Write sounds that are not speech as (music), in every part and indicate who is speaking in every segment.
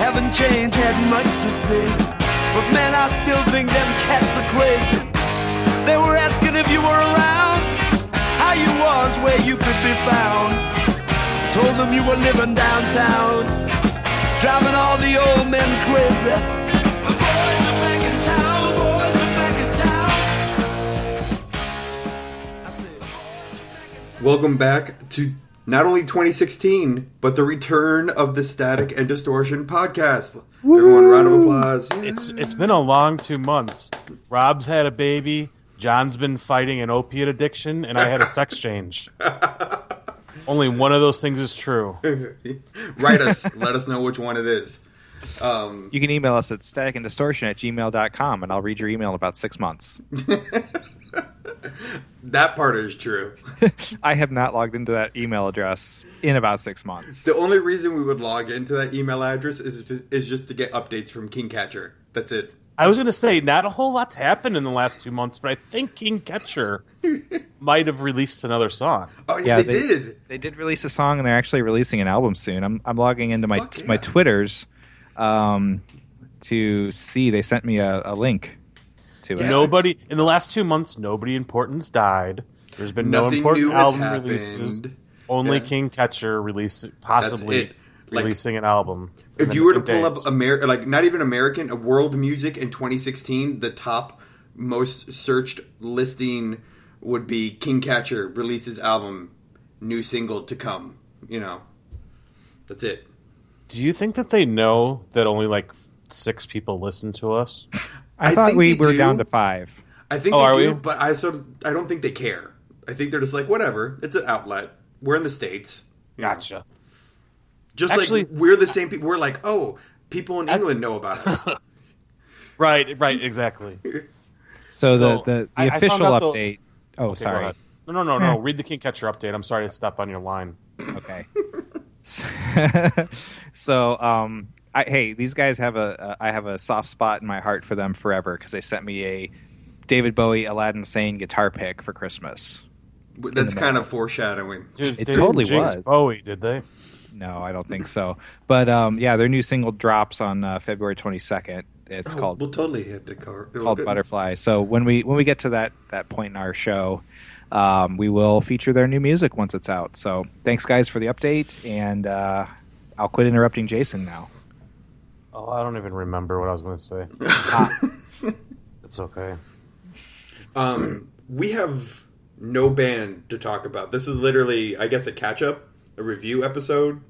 Speaker 1: Haven't changed, had much to say. But man, I still think them cats are crazy. They were asking if you were around, how you was, where you could be found. I told them you were living downtown, driving all the old men crazy. The boys are back in town, boys are back in town. I said, boys are back in town.
Speaker 2: Welcome back to not only 2016, but the return of the Static and Distortion podcast. Everyone, round of applause.
Speaker 3: It's it's been a long two months. Rob's had a baby. John's been fighting an opiate addiction, and I had a sex
Speaker 2: (laughs)
Speaker 3: change. Only one of those things is true.
Speaker 2: Write us. let us know which one it is.
Speaker 4: You can email us at staticanddistortion at gmail.com, and I'll read your email in about six months.
Speaker 2: That part is true.
Speaker 4: I have not logged into that email address in about six months.
Speaker 2: The only reason we would log into that email address is to, is just to get updates from Kingcatcher. That's it.
Speaker 3: I was gonna say not a whole lot's happened in the last two months, but I think
Speaker 2: (laughs)
Speaker 3: King Catcher might have released another song.
Speaker 2: Oh, yeah,
Speaker 4: Yeah,
Speaker 2: they,
Speaker 4: they-
Speaker 2: did.
Speaker 4: They did release a song, and they're actually releasing an album soon. I'm, I'm logging into my
Speaker 2: Fuck yeah.
Speaker 4: my Twitters um, to see. They sent me a, a link to it.
Speaker 2: Yeah.
Speaker 3: Nobody in the last two months, nobody important's died. There's been no
Speaker 2: Nothing
Speaker 3: important
Speaker 2: new has
Speaker 3: album
Speaker 2: happened.
Speaker 3: releases. Only
Speaker 2: Yeah.
Speaker 3: King Catcher release possibly
Speaker 2: it. Like-
Speaker 3: releasing an album.
Speaker 2: If
Speaker 3: in
Speaker 2: you were to
Speaker 3: days.
Speaker 2: pull up Amer- like not even American, uh, world music in 2016, the top most searched listing would be Kingcatcher releases album, new single to come. You know, that's it.
Speaker 3: do you think that they know that only like six people listen to us?
Speaker 4: I,
Speaker 2: I
Speaker 4: thought
Speaker 2: think
Speaker 4: we
Speaker 2: they
Speaker 4: were
Speaker 2: do.
Speaker 4: down to five.
Speaker 2: I think
Speaker 3: Oh,
Speaker 2: they
Speaker 3: are
Speaker 2: do,
Speaker 3: we?
Speaker 2: but I sort of, I don't think they care. I think they're just like whatever. It's an outlet. We're in the states. You know,
Speaker 3: Gotcha.
Speaker 2: Just
Speaker 3: Actually-
Speaker 2: like we're the same people. We're like oh, people in England know about us.
Speaker 3: Right, right, exactly.
Speaker 4: So,
Speaker 3: So,
Speaker 4: the, the, the
Speaker 3: I- I found
Speaker 4: official
Speaker 3: out the-
Speaker 4: update. Oh,
Speaker 3: Okay, go
Speaker 4: (laughs) sorry.
Speaker 3: ahead. No, no, no, no. Read the King Catcher update. I'm sorry to step on your line.
Speaker 2: (laughs)
Speaker 4: Okay. (laughs) so, um, I, hey, these guys have a uh, I have a soft spot in my heart for them forever because they sent me a David Bowie Aladdin Sane guitar pick for Christmas.
Speaker 2: That's kind of foreshadowing.
Speaker 3: Dude,
Speaker 4: It
Speaker 3: they didn't
Speaker 4: totally
Speaker 3: jinx
Speaker 4: was.
Speaker 3: Bowie, did they?
Speaker 4: No, I don't
Speaker 2: (laughs)
Speaker 4: think so. But um, yeah, their new single drops on uh, February 22nd. It's
Speaker 2: Oh,
Speaker 4: called
Speaker 2: We'll totally hit the car.
Speaker 4: called Butterfly. So when we when we get to that that point in our show, um, we will feature their new music once it's out. So thanks guys for the update, and uh, I'll quit interrupting Jason now.
Speaker 3: Oh, I don't even remember what I was going to
Speaker 4: (laughs)
Speaker 3: say. Ah, it's okay.
Speaker 2: Um, we have no band to talk about. This is literally, I guess, a catch up, a review episode,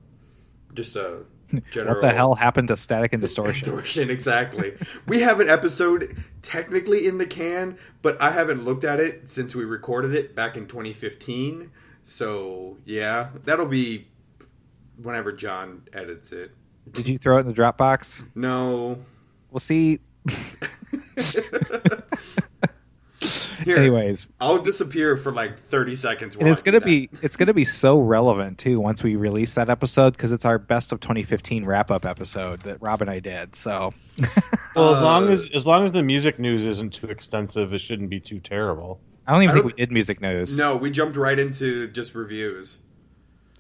Speaker 2: just a general.
Speaker 4: (laughs) What the hell happened to Static and Distortion?
Speaker 2: Distortion, exactly. we have an episode technically in the can, but I haven't looked at it since we recorded it back in 2015. So, yeah, that'll be whenever John edits it.
Speaker 4: Did you throw it in the Dropbox?
Speaker 2: No. (laughs)
Speaker 4: We'll see.
Speaker 2: Here,
Speaker 4: Anyways,
Speaker 2: I'll disappear for like 30 seconds.
Speaker 4: and
Speaker 2: while
Speaker 4: it's
Speaker 2: I do
Speaker 4: gonna
Speaker 2: that.
Speaker 4: be it's gonna be so relevant too once we release that episode because it's our best of 2015 wrap up episode that Rob and I did. So
Speaker 3: Well, as long
Speaker 2: Uh,
Speaker 3: as as long as the music news isn't too extensive, it shouldn't be too terrible.
Speaker 4: I don't even
Speaker 2: I
Speaker 4: think
Speaker 2: don't-
Speaker 4: we did music news.
Speaker 2: No, we jumped right into just reviews.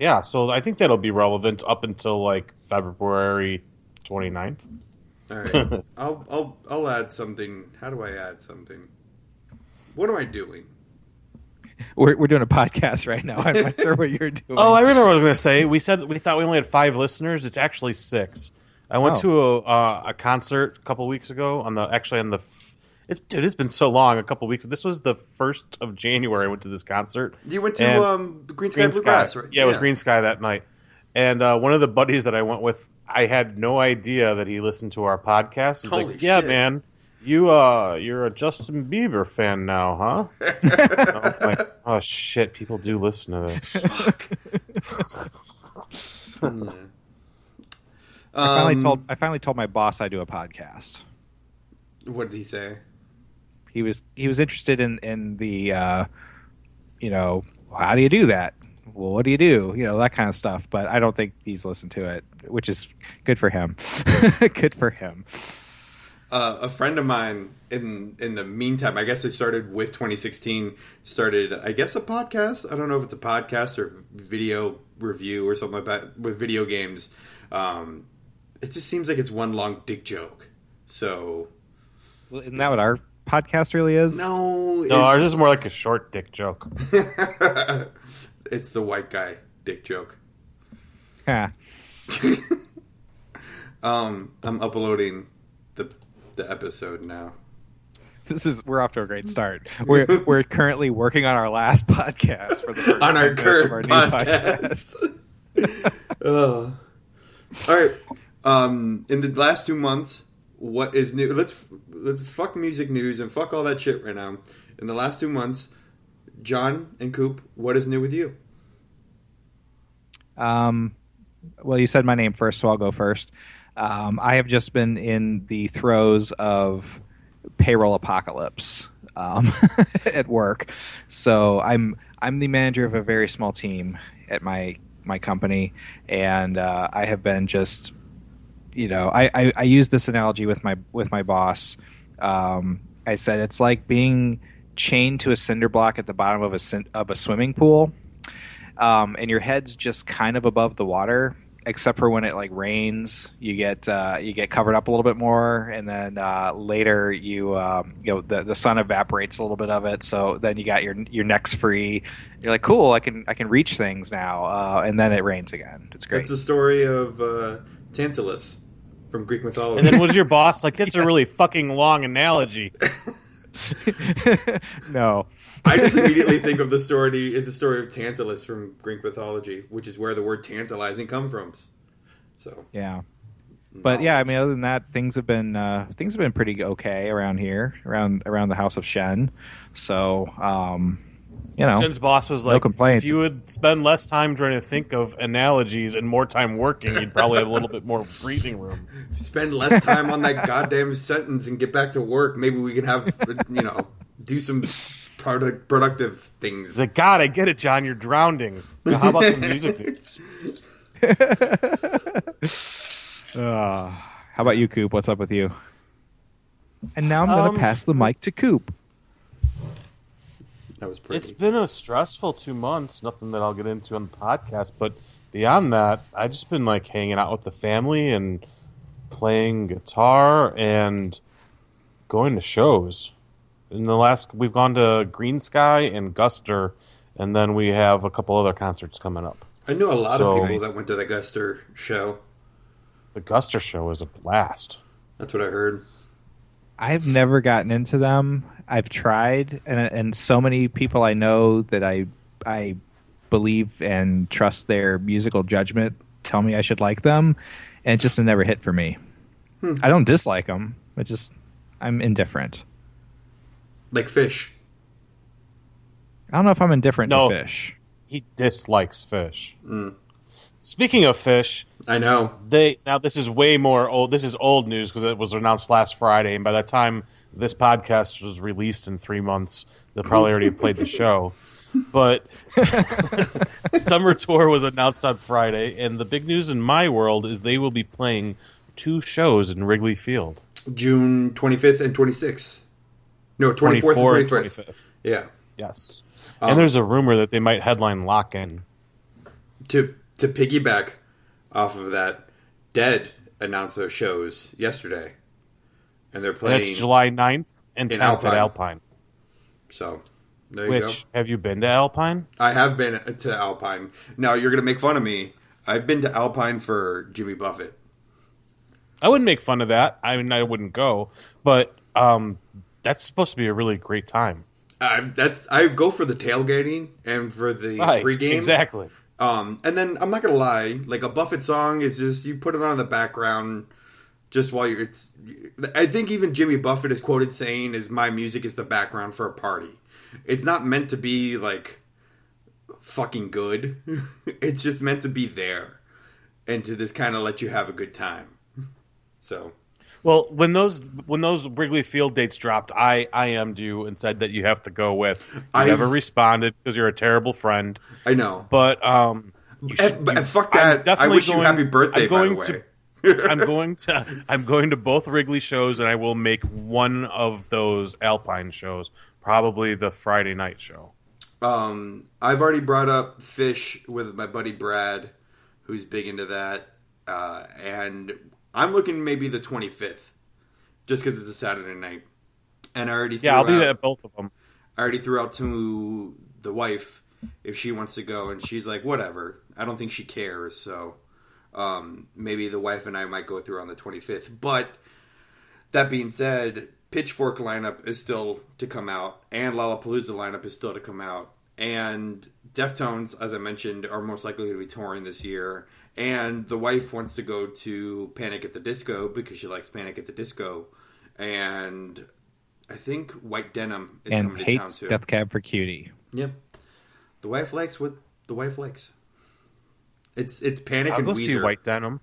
Speaker 3: Yeah, so I think that'll be relevant up until like February 29th.
Speaker 2: All right, I'll I'll I'll add something. How do I add something? What am I doing?
Speaker 4: We're, we're doing a podcast right now. I'm not sure what
Speaker 2: (laughs)
Speaker 4: you're doing.
Speaker 3: Oh, I remember what I was going to say. We said we thought we only had five listeners. It's actually six. I went
Speaker 4: Oh.
Speaker 3: to a, uh, a concert a couple weeks ago on the actually on the. f- It's, dude, it's been so long. A couple weeks. This was the first of January. I went to this concert.
Speaker 2: You went to
Speaker 3: And-
Speaker 2: um Green Sky Bluegrass, right?
Speaker 3: Yeah, it was Green Sky that night. And uh, one of the buddies that I went with, I had no idea that he listened to our podcast. He's like,
Speaker 2: Holy
Speaker 3: yeah,
Speaker 2: shit."
Speaker 3: man, you uh, you're a Justin Bieber fan now,
Speaker 2: (laughs)
Speaker 3: huh? And I was like, oh shit, people do listen to this.
Speaker 4: I finally
Speaker 2: Um,
Speaker 4: told I finally told my boss I do a podcast.
Speaker 2: What did he say?
Speaker 4: He was he was interested in in the uh, you know how do you do that? Well, what do you do? You know that kind of stuff. But I don't think he's listened to it, which is good for him. (laughs) good for him.
Speaker 2: Uh, a friend of mine in in the meantime, I guess they started with 2016. Started, I guess, a podcast. I don't know if it's a podcast or video review or something like that with video games. Um, It just seems like it's one long dick joke. So
Speaker 4: Well, Isn't that what our podcast really is? (laughs)
Speaker 2: no,
Speaker 3: No, ours is more like a short dick joke.
Speaker 2: it's, (laughs) it's the white guy dick joke.
Speaker 4: Huh.
Speaker 2: Um, I'm uploading the the episode now.
Speaker 4: This is we're off to a great
Speaker 2: Mm-hmm.
Speaker 4: start. We're we're currently working on our last (laughs) podcast for the first
Speaker 2: on our
Speaker 4: 10 minutes of
Speaker 2: current
Speaker 4: our new
Speaker 2: podcast. (laughs) Ugh. All right. Um, in the last two months, what is new? Let's let's fuck music news and fuck all that shit right now. In the last two months, John and Coop, what is new with you?
Speaker 4: Um, well, you said my name first, so I'll go first. Um, I have just been in the throes of payroll apocalypse um, (laughs) at work, so I'm I'm the manager of a very small team at my my company, and uh, I have been just you know I, I I use this analogy with my with my boss. Um, I said it's like being chained to a cinder block at the bottom of a cin- of a swimming pool um, and your head's just kind of above the water, except for when it like rains, you get uh, you get covered up a little bit more, and then uh, later you um, you know the, the sun evaporates a little bit of it, so then you got your your neck's free. You're like, cool, I can I can reach things now, uh, and then it rains again. It's great.
Speaker 2: It's the story of uh, Tantalus from Greek mythology.
Speaker 3: And then was your boss like, (laughs) that's a really fucking long analogy.
Speaker 4: (laughs) no,
Speaker 2: (laughs) I
Speaker 3: (laughs)
Speaker 2: just immediately think of the story the story of Tantalus from Greek mythology, which is where the word tantalizing comes from. So
Speaker 4: (laughs) yeah. But yeah, I mean, other than that, things have been uh, things have been pretty okay around here, around around the house of Shen. So, um, you know,
Speaker 3: Jen's boss was like,
Speaker 4: complaints.
Speaker 3: if you would spend less time trying to think of analogies and more time working, you'd probably have a little bit more breathing room.
Speaker 2: spend less time on
Speaker 3: (laughs)
Speaker 2: that goddamn sentence and get back to work. Maybe we can have you know do some product productive things.
Speaker 3: He's like, God, I get it, John. You're drowning. Now, how about some music? (laughs) videos?"
Speaker 4: Uh, how about you, Coop? What's up with you? And now I'm going to
Speaker 3: Um,
Speaker 4: pass the mic to Coop.
Speaker 2: that was pretty.
Speaker 3: It's been a stressful two months. Nothing that I'll get into on the podcast, but beyond that, I've just been like hanging out with the family and playing guitar and going to shows. In the last, we've gone to Green Sky and Guster, and then we have a couple other concerts coming up.
Speaker 2: I knew a lot
Speaker 3: So-
Speaker 2: of people
Speaker 3: Nice.
Speaker 2: that went to the Guster show.
Speaker 3: The Guster show is a blast.
Speaker 2: That's what I heard.
Speaker 4: I've never gotten into them. I've tried, and and so many people I know that I I believe and trust their musical judgment tell me I should like them, and it just never hit for me.
Speaker 2: Hmm.
Speaker 4: I don't dislike them. I just I'm indifferent.
Speaker 2: Like fish.
Speaker 4: I don't know if I'm indifferent
Speaker 3: No.
Speaker 4: to fish.
Speaker 3: He dislikes fish. Speaking of fish,
Speaker 2: I know.
Speaker 3: they now this is way more old this is old news because it was announced last friday and by the time this podcast was released in three months they'll probably already have played the show but summer tour was announced on friday and the big news in my world is they will be playing two shows in wrigley field
Speaker 2: June 25th and 26th. No, 24th
Speaker 3: 24
Speaker 2: and Um, 25th. Yeah.
Speaker 3: yes and there's a rumor that they might headline lock in
Speaker 2: To to piggyback off of that, Dead announced those shows yesterday. And they're
Speaker 3: and
Speaker 2: playing
Speaker 3: that's july 9th and
Speaker 2: In
Speaker 3: 10th
Speaker 2: Alpine.
Speaker 3: at alpine
Speaker 2: so there you go.
Speaker 3: which have you been to alpine
Speaker 2: I have been to Alpine. Now you're gonna make fun of me. I've been to Alpine for Jimmy Buffett.
Speaker 3: I wouldn't make fun of that. I mean, I wouldn't go, but um, that's supposed to be a really great time.
Speaker 2: I, that's I go for the tailgating and for the pregame.
Speaker 3: Exactly.
Speaker 2: Um, and then I'm not gonna lie, like a Buffett song is just you put it on in the background just while you're. It's. I think even Jimmy Buffett is quoted saying, "Is my music is the background for a party. It's not meant to be like fucking good. (laughs) it's just meant to be there and to just kind of let you have a good time." So
Speaker 3: Well, when those when those Wrigley Field dates dropped, I I am you and said that you have to go with. You
Speaker 2: I've-
Speaker 3: never responded because you're a terrible friend.
Speaker 2: I know.
Speaker 3: But um, you
Speaker 2: F-
Speaker 3: should-
Speaker 2: but
Speaker 3: you-
Speaker 2: fuck
Speaker 3: I'm
Speaker 2: that. I
Speaker 3: definitely
Speaker 2: wish you
Speaker 3: going-
Speaker 2: happy birthday,
Speaker 3: I'm going
Speaker 2: by the
Speaker 3: to-
Speaker 2: way. (laughs)
Speaker 3: I'm going to I'm going to both Wrigley shows, and I will make one of those Alpine shows, probably the Friday night show.
Speaker 2: Um, I've already brought up fish with my buddy Brad, who's big into that, uh, and I'm looking maybe the 25th, just because it's a Saturday night. And I already threw
Speaker 3: Yeah, I'll be
Speaker 2: out-
Speaker 3: there at both of them.
Speaker 2: I already threw out to the wife if she wants to go, and she's like, whatever. I don't think she cares, so um, maybe the wife and I might go through on the 25th. But that being said, Pitchfork lineup is still to come out, and Lollapalooza lineup is still to come out, and Deftones, as I mentioned, are most likely to be touring this year. And the wife wants to go to Panic at the Disco because she likes Panic at the Disco, and I think White Denim is
Speaker 4: and
Speaker 2: coming
Speaker 4: hates
Speaker 2: to town too.
Speaker 4: Death Cab for Cutie.
Speaker 2: Yep. The wife likes what the wife likes. It's it's Panic
Speaker 3: I'll
Speaker 2: and
Speaker 3: go
Speaker 2: Weezer.
Speaker 3: see White Denim.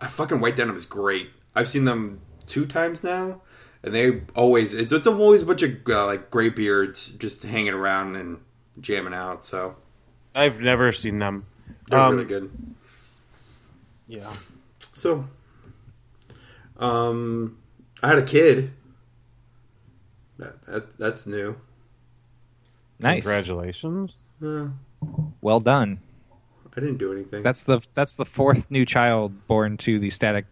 Speaker 2: I fucking White Denim is great. I've seen them two times now, and they always it's it's always a bunch of uh, like gray beards just hanging around and jamming out. So
Speaker 3: I've never seen them.
Speaker 2: they're
Speaker 3: Um,
Speaker 2: really good.
Speaker 3: Yeah.
Speaker 2: So, um, I had a kid. That, that that's new.
Speaker 4: Nice,
Speaker 3: Congratulations.
Speaker 2: Uh,
Speaker 4: well done.
Speaker 2: I didn't do anything.
Speaker 4: That's the that's the fourth new child born to the Static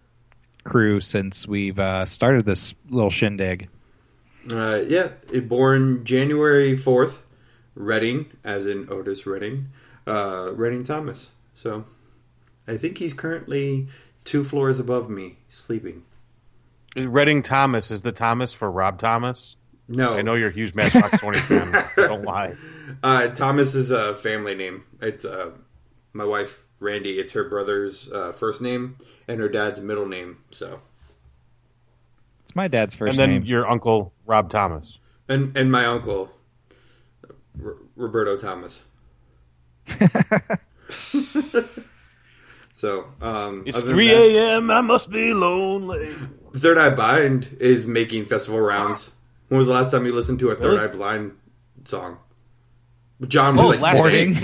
Speaker 4: crew since we've uh, started this little shindig.
Speaker 2: Uh, yeah, it born January 4th, Reading, as in Otis Redding, uh, Redding Thomas. So I think he's currently two floors above me, sleeping.
Speaker 3: Redding Thomas is the Thomas for Rob Thomas.
Speaker 2: No,
Speaker 3: I know you're a huge (laughs) Matchbox Twenty fan. Don't lie.
Speaker 2: Uh, Thomas is a family name. It's uh, my wife, Randy, it's her brother's uh, first name and her dad's middle name. So.
Speaker 4: It's my dad's first
Speaker 3: and then
Speaker 4: name.
Speaker 3: your uncle Rob Thomas.
Speaker 2: And, and my uncle, R- Roberto
Speaker 3: (laughs)
Speaker 2: Thomas. (laughs) so, um,
Speaker 3: It's
Speaker 2: other than
Speaker 3: three
Speaker 2: that-
Speaker 3: a.m. I must be lonely.
Speaker 2: Third Eye Blind is making festival rounds. When was the last time you listened to a Third
Speaker 3: Really?
Speaker 2: Eye Blind song? John
Speaker 3: Oh,
Speaker 2: was like,
Speaker 3: last
Speaker 4: Morning.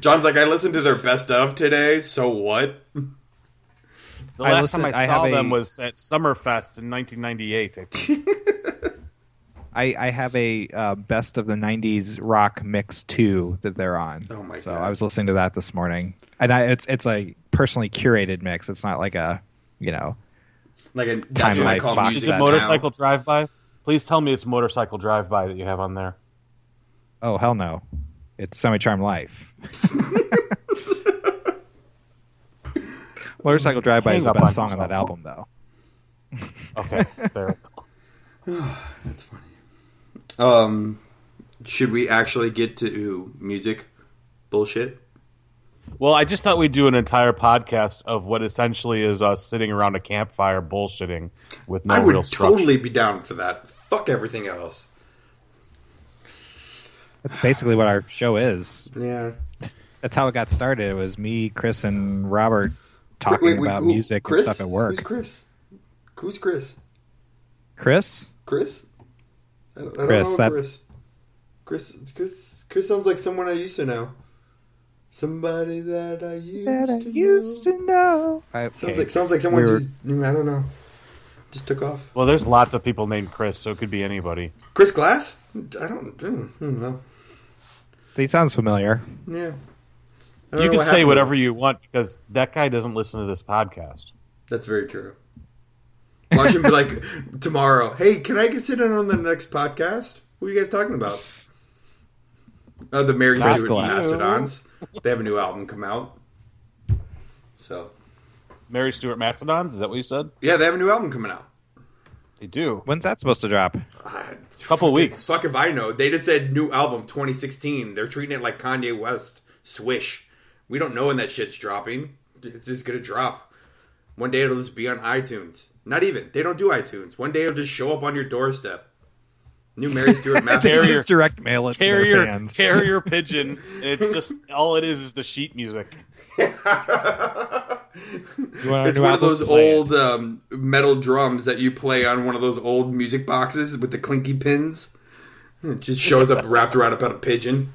Speaker 2: John's like, I listened to their best of today. So what?
Speaker 3: The
Speaker 4: I
Speaker 3: last
Speaker 4: listen-
Speaker 3: time I,
Speaker 4: I
Speaker 3: saw
Speaker 4: have a-
Speaker 3: them was at Summerfest in 1998. I think.
Speaker 4: (laughs) I, I have a uh, best of the '90s rock mix two that they're on.
Speaker 2: Oh my
Speaker 4: so
Speaker 2: God.
Speaker 4: I was listening to that this morning, and I, it's it's a personally curated mix. It's not like a you know
Speaker 2: Like, a, that's
Speaker 4: Time
Speaker 2: what I
Speaker 4: Life
Speaker 2: call
Speaker 4: Box
Speaker 2: music.
Speaker 4: Set.
Speaker 2: now.
Speaker 3: Motorcycle Drive By. Please tell me it's Motorcycle Drive By that you have on there.
Speaker 4: oh hell no, it's semi
Speaker 2: (laughs)
Speaker 4: charm life. Motorcycle Drive By is
Speaker 3: Hang
Speaker 4: the
Speaker 3: up
Speaker 4: best
Speaker 3: on
Speaker 4: song on that
Speaker 3: yourself.
Speaker 4: album, though.
Speaker 3: (laughs) Okay, there.
Speaker 2: That's funny. Um, should we actually get to ooh, music bullshit?
Speaker 3: Well, I just thought we'd do an entire podcast of what essentially is us sitting around a campfire bullshitting with no
Speaker 4: Oh,
Speaker 2: I
Speaker 3: real
Speaker 2: would
Speaker 3: structure.
Speaker 2: totally be down for that. Fuck everything else.
Speaker 4: That's basically what our show is.
Speaker 2: Yeah.
Speaker 4: That's how it got started. It was me, Chris, and Robert talking
Speaker 2: Wait, wait,
Speaker 4: about
Speaker 2: who-
Speaker 4: music
Speaker 2: Chris?
Speaker 4: and stuff at
Speaker 2: Who's
Speaker 4: work.
Speaker 2: Chris? Who's Chris?
Speaker 4: Chris?
Speaker 2: Chris? I don't, I don't
Speaker 4: Chris,
Speaker 2: know
Speaker 4: that-
Speaker 2: Chris. Chris. Chris. Chris sounds like someone I used to know. Somebody that I used
Speaker 4: that I
Speaker 2: to
Speaker 4: used
Speaker 2: know.
Speaker 4: to know.
Speaker 2: Sounds like sounds like someone
Speaker 4: We were-
Speaker 2: just I don't know. Just took off.
Speaker 3: Well, there's lots of people named Chris, so it could be anybody.
Speaker 2: Chris Glass? I don't, I don't know.
Speaker 4: He sounds familiar.
Speaker 2: Yeah. I don't
Speaker 3: You
Speaker 2: know
Speaker 3: can
Speaker 2: what
Speaker 3: say
Speaker 2: happened.
Speaker 3: whatever you want because that guy doesn't listen to this podcast.
Speaker 2: That's very true. Watch him be like (laughs) tomorrow. Hey, can I get sit in on the next podcast? What are you guys talking about? Oh, the Mary
Speaker 4: Not
Speaker 2: Stuart
Speaker 4: cool.
Speaker 2: Mastodons. They have a new album come out. So
Speaker 3: Mary Stuart Mastodons, is that what you said?
Speaker 2: yeah, they have a new album coming out.
Speaker 3: They do.
Speaker 4: When's that supposed to drop?
Speaker 2: A
Speaker 3: Couple weeks.
Speaker 2: Fuck if I know. They just said new album 2016. They're treating it like Kanye West. Swish. We don't know when that shit's dropping. It's just gonna drop. One day it'll just be on iTunes. Not even. They don't do iTunes. One day it'll just show up on your doorstep. New
Speaker 4: (laughs)
Speaker 2: Mary Stuart
Speaker 3: Carrier.
Speaker 2: Master.
Speaker 4: Just direct mail it to their
Speaker 3: Carrier, (laughs)
Speaker 4: fans.
Speaker 3: carrier pigeon. And it's just all it is is the sheet (laughs) music.
Speaker 4: You want our
Speaker 2: It's
Speaker 4: new
Speaker 2: one of
Speaker 4: album?
Speaker 2: those
Speaker 4: Play it.
Speaker 2: old um, metal drums that you play on one of those old music boxes with the clinky pins. It just shows up wrapped around about a pigeon.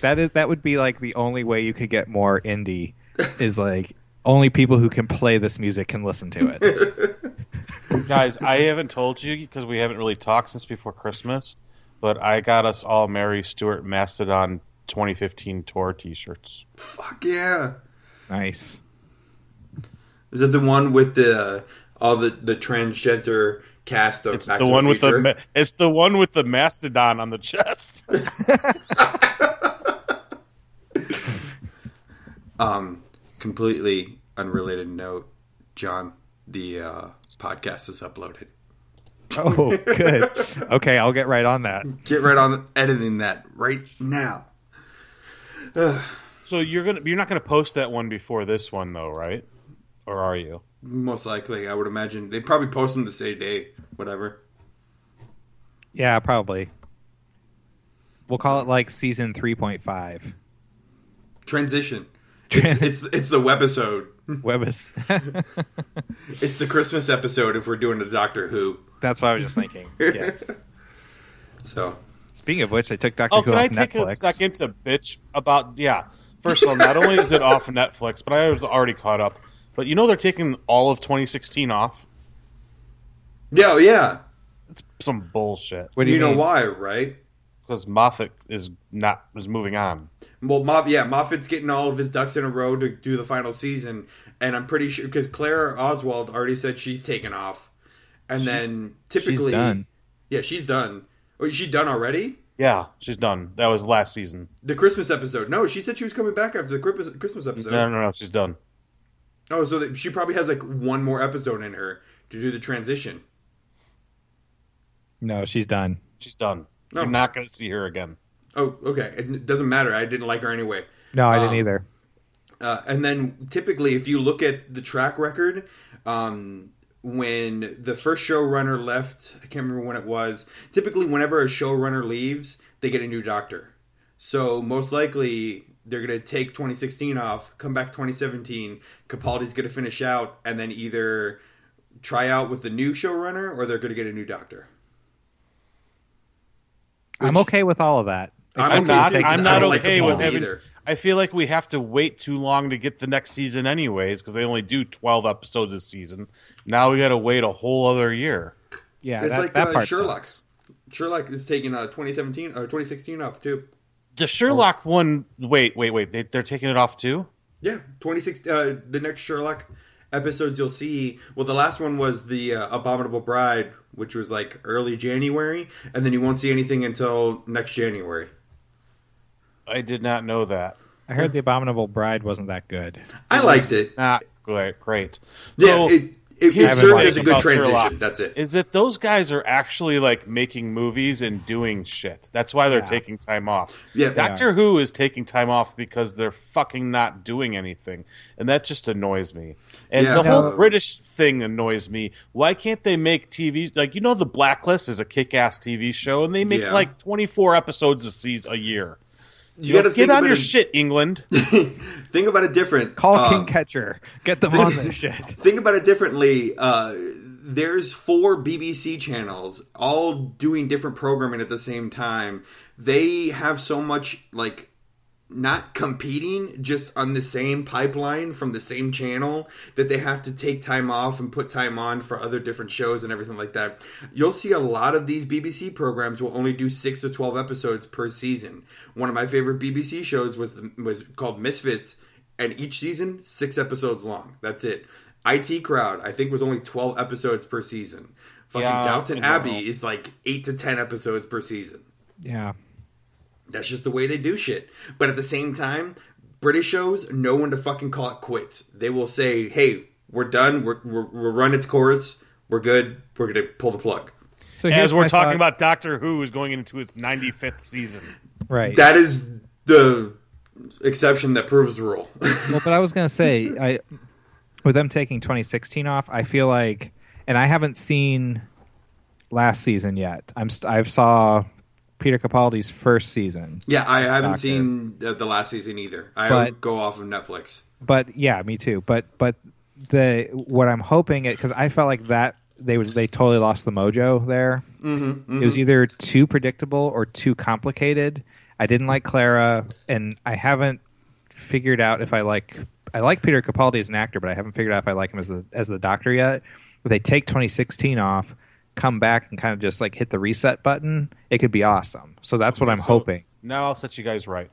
Speaker 4: That is that would be like the only way you could get more indie is like only people who can play this music can listen to it.
Speaker 3: Guys, I haven't told you because we haven't really talked since before Christmas, but I got us all Mary Stuart Mastodon 2015 tour T-shirts.
Speaker 2: Fuck yeah.
Speaker 4: Nice.
Speaker 2: Is it the one with the uh, all the the transgender cast of
Speaker 3: It's
Speaker 2: Back
Speaker 3: the
Speaker 2: to
Speaker 3: one with the
Speaker 2: Future?
Speaker 3: ma- it's the one with the mastodon on the chest. (laughs)
Speaker 2: um completely unrelated note, John, the uh, podcast is uploaded.
Speaker 4: Oh, good. okay, I'll get right on that.
Speaker 2: Get right on editing that right now.
Speaker 3: so you're gonna you're not gonna post that one before this one though, right? Or are you?
Speaker 2: Most likely, I would imagine they probably post them the same day, whatever.
Speaker 4: Yeah, probably. We'll call it like season 3.5.
Speaker 2: Transition.
Speaker 3: (laughs)
Speaker 2: It's, it's it's the webisode.
Speaker 4: (laughs) Webis. (laughs)
Speaker 2: It's the Christmas episode if we're doing a Doctor Who.
Speaker 4: That's what I was just thinking. Yes.
Speaker 2: So
Speaker 4: Speaking of which, I took Doctor
Speaker 3: Oh,
Speaker 4: Who
Speaker 3: can
Speaker 4: off
Speaker 3: I take
Speaker 4: Netflix.
Speaker 3: a second to bitch about? Yeah. First of all, not only is it off Netflix, but I was already caught up. But you know they're taking all of 2016 off.
Speaker 2: yeah, oh, yeah.
Speaker 3: It's some bullshit.
Speaker 4: What do
Speaker 2: You,
Speaker 4: you,
Speaker 2: know
Speaker 4: mean?
Speaker 2: why, right?
Speaker 3: Because Moffat is not is moving on.
Speaker 2: Well, Moff, yeah, Moffat's getting all of his ducks in a row to do the final season, and I'm pretty sure because Claire Oswald already said she's taken off, and then typically,
Speaker 4: done.
Speaker 2: yeah, she's done. Oh, is she done already?
Speaker 3: Yeah, she's done. That was last season.
Speaker 2: The Christmas episode? No, she said she was coming back after the Christmas Christmas episode.
Speaker 3: No, no, no, she's done.
Speaker 2: Oh, so that she probably has like one more episode in her to do the transition.
Speaker 4: No, she's done.
Speaker 3: She's done.
Speaker 2: No.
Speaker 3: You're not going to see her again.
Speaker 2: Oh, okay. It doesn't matter. I didn't like her anyway.
Speaker 4: No, I didn't
Speaker 2: Um,
Speaker 4: either.
Speaker 2: Uh, and then typically, if you look at the track record, um, when the first showrunner left, I can't remember when it was. Typically, whenever a showrunner leaves, they get a new doctor. So most likely, they're going to take 2016 off, come back 2017. Capaldi's going to finish out, and then either try out with the new showrunner or they're going to get a new doctor.
Speaker 4: I'm okay with all of that.
Speaker 2: I'm
Speaker 4: Except
Speaker 3: I'm
Speaker 4: for
Speaker 3: not.
Speaker 4: taking-
Speaker 2: I
Speaker 3: I'm not
Speaker 2: don't like
Speaker 3: okay
Speaker 2: Capaldi
Speaker 3: with having.
Speaker 2: either.
Speaker 3: I feel like we have to wait too long to get the next season, anyways, because they only do 12 episodes this season. Now we got to wait a whole other year.
Speaker 4: Yeah,
Speaker 2: It's
Speaker 4: that,
Speaker 2: like
Speaker 4: that
Speaker 2: uh,
Speaker 4: part
Speaker 2: Sherlock.
Speaker 4: sucks.
Speaker 2: Sherlock is taking uh, 2017 or 2016 off too.
Speaker 3: The Sherlock one. Wait, wait, wait. They, they're taking it off too.
Speaker 2: Yeah, 26. Uh, the next Sherlock episodes you'll see. Well, the last one was the uh, Abominable Bride, which was like early January, and then you won't see anything until next January.
Speaker 3: I did not know that.
Speaker 4: I heard The Abominable Bride wasn't that good.
Speaker 2: I liked it.
Speaker 3: Not Ah, great. Great.
Speaker 2: Yeah, it it, it
Speaker 3: here's
Speaker 2: served
Speaker 3: my
Speaker 2: as a
Speaker 3: thing
Speaker 2: good
Speaker 3: about
Speaker 2: transition.
Speaker 3: Sherlock.
Speaker 2: That's it.
Speaker 3: Is that those guys are actually like making movies and doing shit? That's why they're
Speaker 4: Yeah.
Speaker 3: taking time off.
Speaker 2: Yeah.
Speaker 3: Doctor Who is taking time off because they're fucking not doing anything, and that just annoys me. And
Speaker 2: Yeah.
Speaker 3: the
Speaker 2: No.
Speaker 3: whole British thing annoys me. Why can't they make TV like you know the Blacklist is a kick-ass TV show, and they make
Speaker 2: Yeah.
Speaker 3: like twenty-four episodes a season a year.
Speaker 2: you
Speaker 3: You know,
Speaker 2: gotta
Speaker 3: get
Speaker 2: think
Speaker 3: on
Speaker 2: about
Speaker 3: your
Speaker 2: it,
Speaker 3: shit,
Speaker 2: (laughs)
Speaker 3: England.
Speaker 2: Think about it different.
Speaker 4: Call
Speaker 2: Um,
Speaker 4: King Catcher. Get them
Speaker 2: (laughs)
Speaker 4: on this shit.
Speaker 2: Think about it differently. Uh, there's four BBC channels, all doing different programming at the same time. They have so much like not competing, just on the same pipeline from the same channel that they have to take time off and put time on for other different shows and everything like that. You'll see a lot of these BBC programs will only do six to twelve episodes per season. One of my favorite BBC shows was the, was called Misfits, and each season six episodes long. That's it. IT Crowd, I think, was only twelve episodes per season. Fucking
Speaker 3: Yeah,
Speaker 2: Downton
Speaker 3: I know.
Speaker 2: Abbey is like eight to ten episodes per season.
Speaker 4: Yeah.
Speaker 2: That's just the way they do shit. But at the same time, British shows know when to fucking call it quits. They will say, "Hey, we're done. We're we're, we're run its course. We're good. We're gonna pull the plug."
Speaker 4: So here's
Speaker 3: As we're
Speaker 4: my
Speaker 3: talking
Speaker 4: thought-
Speaker 3: about Doctor Who is going into its ninety-fifth season.
Speaker 4: right.
Speaker 2: That is the exception that proves the rule. (laughs)
Speaker 4: Well, but I was gonna say, I with them taking 2016 off, I feel like, and I haven't seen last season yet. I'm st- I've saw Peter Capaldi's first season,
Speaker 2: yeah, I haven't
Speaker 4: Doctor.
Speaker 2: seen the, the last season either. I
Speaker 4: But-
Speaker 2: go off of Netflix.
Speaker 4: but yeah, me too. But but the what I'm hoping it because I felt like that they was they totally lost the mojo there. It was either too predictable or too complicated. I didn't like Clara, and I haven't figured out if I like I like Peter Capaldi as an actor, but I haven't figured out if I like him as the as the Doctor yet. If they take 2016 off, come back and kind of just like hit the reset button, it could be awesome. So that's what I'm
Speaker 3: So,
Speaker 4: hoping.
Speaker 3: Now I'll set you guys right.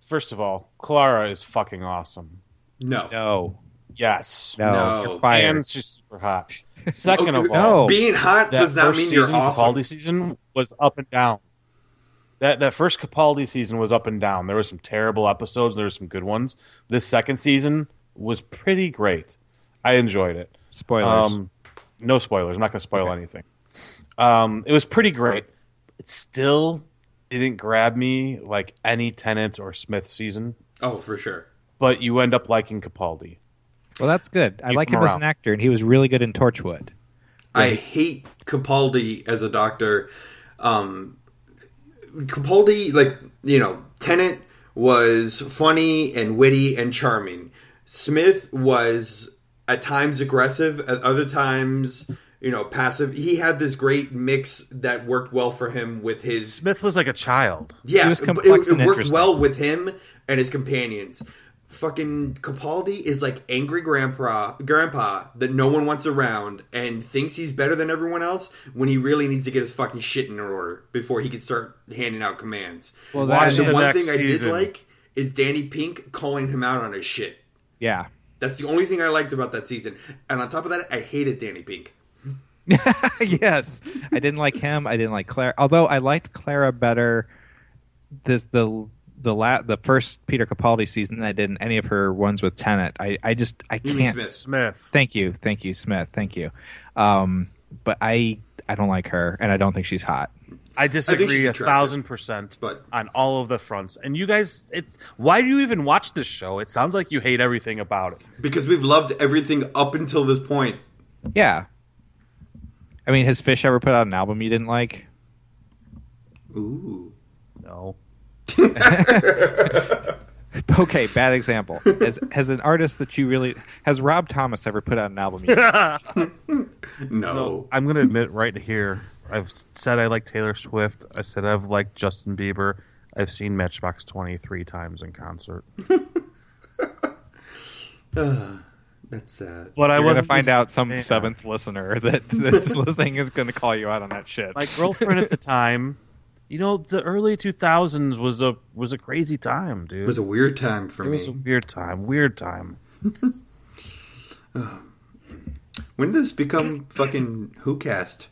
Speaker 3: First of all, Clara is fucking awesome.
Speaker 2: No.
Speaker 4: No,
Speaker 3: Yes.
Speaker 4: no,
Speaker 2: No.
Speaker 4: you're fired.
Speaker 3: And she's super hot. Second of all,
Speaker 4: No.
Speaker 2: Oh, being hot
Speaker 3: that
Speaker 2: does not
Speaker 3: first
Speaker 2: mean
Speaker 3: season,
Speaker 2: you're awesome.
Speaker 3: Capaldi season was up and down. That that first Capaldi season was up and down. There were some terrible episodes. There were some good ones. This second season was pretty great. I enjoyed it.
Speaker 4: Spoilers.
Speaker 3: Um, no spoilers. I'm not going to spoil anything. Um, it was pretty great. It still didn't grab me like any Tennant or Smith season.
Speaker 2: Oh, for sure.
Speaker 3: But you end up liking Capaldi.
Speaker 4: well, that's good. I
Speaker 3: Keep
Speaker 4: like
Speaker 3: him
Speaker 4: him as
Speaker 3: around.
Speaker 4: an actor, and he was really good in Torchwood.
Speaker 2: I hate Capaldi as a doctor. Um, Capaldi, like you know, Tennant was funny and witty and charming. Smith was at times aggressive, at other times you know passive. He had this great mix that worked well for him with his
Speaker 3: Smith was like a child.
Speaker 2: yeah.
Speaker 4: was
Speaker 2: but
Speaker 4: complex
Speaker 2: it, it
Speaker 4: and
Speaker 2: worked
Speaker 4: interesting.
Speaker 2: well with him and his companions. Fucking Capaldi is like angry grandpa, grandpa that no one wants around, and thinks he's better than everyone else when he really needs to get his fucking shit in order before he can start handing out commands.
Speaker 4: Well,
Speaker 2: And
Speaker 4: that-
Speaker 2: the,
Speaker 3: The
Speaker 2: one
Speaker 3: next
Speaker 2: thing I did
Speaker 3: season.
Speaker 2: like is Danny Pink calling him out on his shit.
Speaker 4: Yeah,
Speaker 2: That's the only thing I liked about that season. And on top of that, I hated Danny Pink.
Speaker 4: (laughs) yes. I didn't like him. I didn't like Clara. Although I liked Clara better this the the la- the first Peter Capaldi season than I did in any of her ones with Tennant. I, I just I
Speaker 2: You mean
Speaker 4: can't.
Speaker 2: Smith?
Speaker 3: Smith.
Speaker 4: Thank you, thank you, Smith. Thank you. Um, but I I don't like her, and I don't think she's hot.
Speaker 3: I
Speaker 2: think she's
Speaker 3: disagree a
Speaker 2: attractive,
Speaker 3: thousand percent
Speaker 2: but-
Speaker 3: on all of the fronts. And you guys, it's why do you even watch this show? It sounds like you hate everything about it.
Speaker 2: Because we've loved everything up until this point.
Speaker 4: Yeah. I mean, has Fish ever put out an album you didn't like?
Speaker 2: Ooh.
Speaker 3: No,
Speaker 4: (laughs) Okay, bad example. Has has an artist that you really has Rob Thomas ever put out an album? You didn't like?
Speaker 2: no.
Speaker 3: I'm going to admit right here. I've said I like Taylor Swift. I said I've liked Justin Bieber. I've seen Matchbox Twenty three times in concert.
Speaker 2: That's sad.
Speaker 3: (laughs) But I
Speaker 4: You're
Speaker 3: want
Speaker 4: gonna
Speaker 3: to
Speaker 4: find out some seventh listener (laughs) that that's listening is gonna call you out on that shit.
Speaker 3: My girlfriend at the time, you know, the early 2000s was a was a crazy time, dude.
Speaker 2: It was a weird time for
Speaker 3: it
Speaker 2: me.
Speaker 3: was a weird time. Weird time.
Speaker 2: When did this become fucking WhoCast?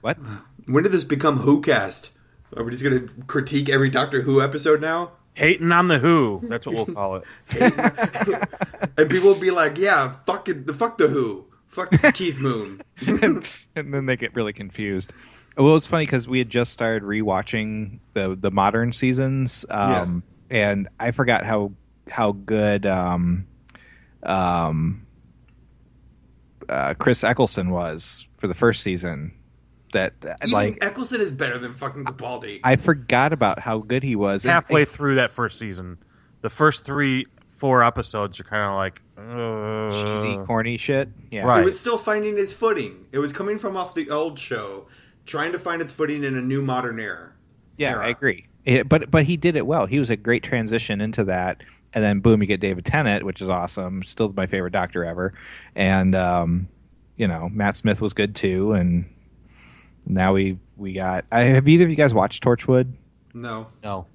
Speaker 4: what? (laughs)
Speaker 2: When did this become WhoCast? Are we just gonna critique every Doctor Who episode now? (laughs)
Speaker 3: Hating on the Who. That's what we'll (laughs) call it.
Speaker 2: And people will be like, "Yeah, fucking the fuck the Who, fuck Keith Moon."
Speaker 4: (laughs) and then they get really confused. Well, it's funny because we had just started rewatching the the modern seasons, um, and I forgot how how good um, um, uh, Chris Eccleston was for the first season. That that,
Speaker 2: Even
Speaker 4: like
Speaker 2: Eccleston is better than fucking Capaldi.
Speaker 4: I forgot about how good he was. And-
Speaker 3: halfway
Speaker 4: and-
Speaker 3: through that first season. The first three, four episodes are kind of like uh,
Speaker 4: cheesy, corny shit. Yeah,
Speaker 3: Right.
Speaker 2: It was still finding its footing. It was coming from off the old show, trying to find its footing in a new modern era.
Speaker 4: Yeah,
Speaker 2: era.
Speaker 4: I agree. Yeah, but but he did it well. He was a great transition into that, and then boom, you get David Tennant, which is awesome. Still my favorite Doctor ever, and um, you know Matt Smith was good too, and now we we got. I, have either of you guys watched Torchwood?
Speaker 2: No,
Speaker 3: No,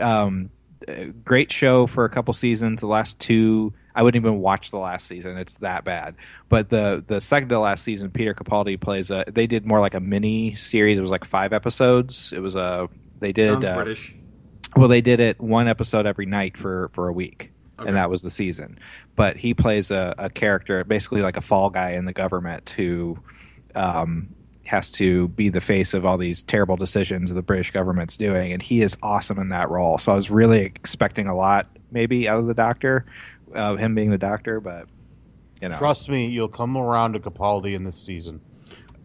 Speaker 4: Um, uh, great show for a couple seasons. The last two, I wouldn't even watch the last season. It's that bad. But the the second to last season, Peter Capaldi plays a. They did more like a mini series. It was like five episodes. It was a. They did
Speaker 2: sounds
Speaker 4: uh,
Speaker 2: British.
Speaker 4: well, they did it one episode every night for for a week,
Speaker 2: Okay.
Speaker 4: and that was the season. But he plays a, a character, basically like a fall guy in the government, who um, has to be the face of all these terrible decisions the British government's doing, and he is awesome in that role. So I was really expecting a lot, maybe out of the Doctor, of him being the Doctor, but you know,
Speaker 3: trust me, you'll come around to Capaldi in this season.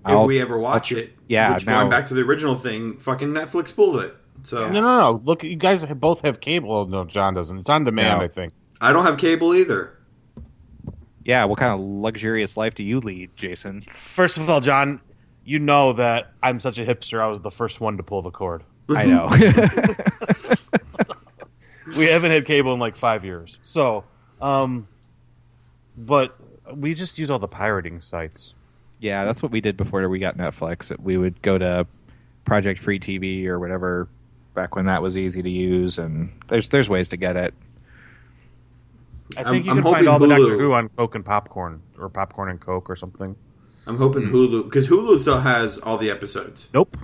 Speaker 4: I'll-
Speaker 2: if we ever watch it,
Speaker 4: yeah,
Speaker 2: Which
Speaker 4: no.
Speaker 2: going back to the original thing, fucking Netflix pulled it. So
Speaker 3: No, no, no. Look, you guys have- both have cable. Oh, No, John doesn't. It's on demand,
Speaker 4: No.
Speaker 3: I think.
Speaker 2: I don't have cable either.
Speaker 4: yeah, what kind of luxurious life do you lead, Jason?
Speaker 3: First of all, John, you know that I'm such a hipster. I was the first one to pull the cord.
Speaker 4: I know. (laughs)
Speaker 3: We haven't had cable in like five years. So, um, but we just use all the pirating sites.
Speaker 4: Yeah, that's what we did before we got Netflix. We would go to Project Free TV or whatever back when that was easy to use, and there's there's ways to get it.
Speaker 3: I
Speaker 2: I'm-
Speaker 3: think you
Speaker 2: I'm
Speaker 3: can find
Speaker 2: hoping
Speaker 3: all the Doctor
Speaker 2: Hulu-
Speaker 3: Who on Coke and popcorn, or popcorn and Coke, or something.
Speaker 2: I'm hoping
Speaker 4: Hmm.
Speaker 2: Hulu because Hulu still has all the episodes.
Speaker 3: Nope.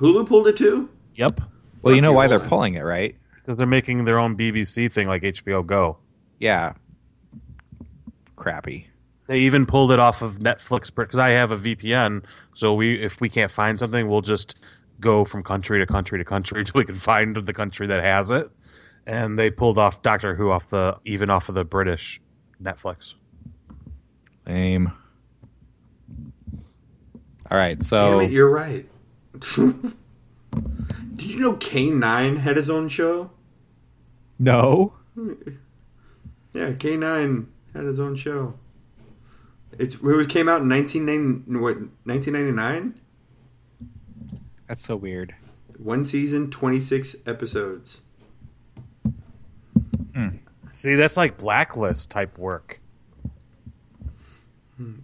Speaker 2: Hulu pulled it too.
Speaker 3: Yep.
Speaker 4: Well, you know why they're
Speaker 2: Yeah.
Speaker 4: pulling it, right?
Speaker 3: Because they're making their own BBC thing, like HBO Go.
Speaker 4: Yeah, crappy.
Speaker 3: They even pulled it off of Netflix because I have a VPN. So we, if we can't find something, we'll just go from country to country to country (laughs) until we can find the country that has it. And they pulled off Doctor Who off the even off of the British Netflix.
Speaker 4: Lame. All right,
Speaker 2: Damn
Speaker 4: so
Speaker 2: it, you're right. (laughs) Did you know K9 had his own show?
Speaker 4: no,
Speaker 2: Yeah, K9 had his own show. It's it was- came out in 1990 what 1999?
Speaker 4: that's so weird.
Speaker 2: One season, 26 episodes.
Speaker 3: See, that's like blacklist type work.
Speaker 2: Hmm.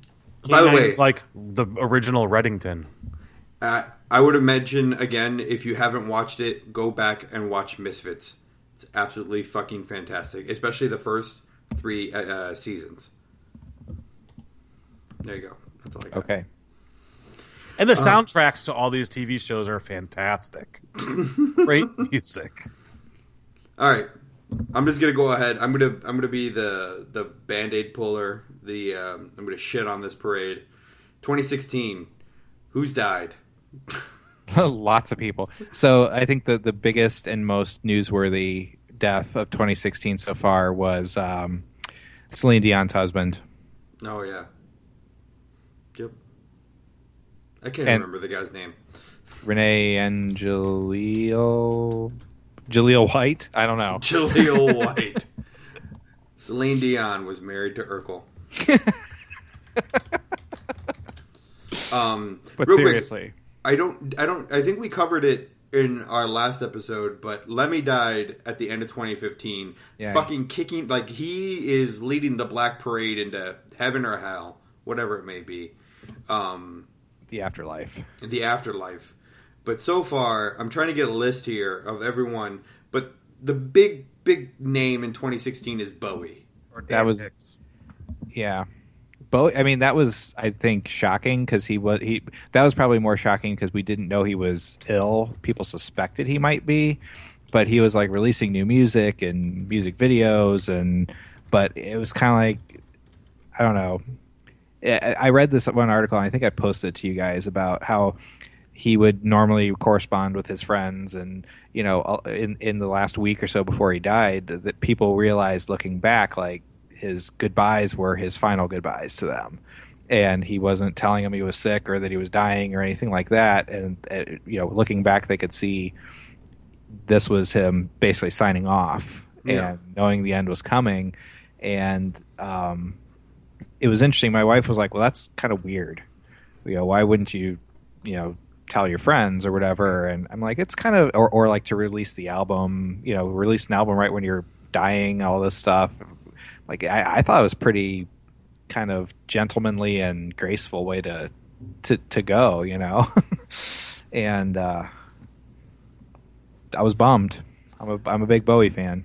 Speaker 2: By the
Speaker 3: K9
Speaker 2: way-
Speaker 3: it's like the original Reddington.
Speaker 2: Uh, I would imagine again if you haven't watched it, go back and watch Misfits. It's absolutely fucking fantastic, especially the first 3 uh, uh, seasons. There you go. That's all I got.
Speaker 4: Okay, (laughs)
Speaker 3: And the
Speaker 2: Uh-huh.
Speaker 3: soundtracks to all these TV shows are
Speaker 2: (laughs)
Speaker 3: fantastic. Great music.
Speaker 2: All right, I'm just gonna go ahead. I'm gonna I'm gonna be the the band aid puller. The um, I'm gonna shit on this parade. 2016. Who's died?
Speaker 4: lots of people. So I think the the biggest and most newsworthy death of 2016 so far was um, Celine Dion's husband.
Speaker 2: Oh yeah. Yep. I can't
Speaker 4: And-
Speaker 2: remember the guy's name.
Speaker 4: Renee and Jaleel Jaleel White. I don't know. (laughs)
Speaker 2: Jaleel White. Celine Dion was married to Urkel. um,
Speaker 4: But
Speaker 2: real quick,
Speaker 4: seriously,
Speaker 2: I don't. I don't. I think we covered it in our last episode, but Lemmy died at the end of 2015.
Speaker 4: Yeah.
Speaker 2: Fucking kicking like he is leading the Black Parade into heaven or hell, whatever it may be, um,
Speaker 4: the afterlife.
Speaker 2: the afterlife. But so far, I'm trying to get a list here of everyone. But the big, big name in 2016 is Bowie.
Speaker 4: That was- Yeah. Bo I mean that was I think shocking cuz he was he that was probably more shocking cuz we didn't know he was ill. People suspected he might be, but he was like releasing new music and music videos and but it was kind of like I don't know. I I read this one article and I think I posted it to you guys about how he would normally correspond with his friends and you know all- in in the last week or so before he died that people realized looking back like his goodbyes were his final goodbyes to them and he wasn't telling them he was sick or that he was dying or anything like that and uh, you know looking back they could see this was him basically signing off
Speaker 2: Yeah.
Speaker 4: and knowing the end was coming and um it was interesting my wife was like well that's kind of weird you know why wouldn't you you know tell your friends or whatever and i'm like it's kind of or, or like to release the album you know release an album right when you're dying all this stuff like i, I thought it was pretty kind of gentlemanly and graceful way to to, to go you know (laughs) and uh i was bummed i'm a i'm a big bowie fan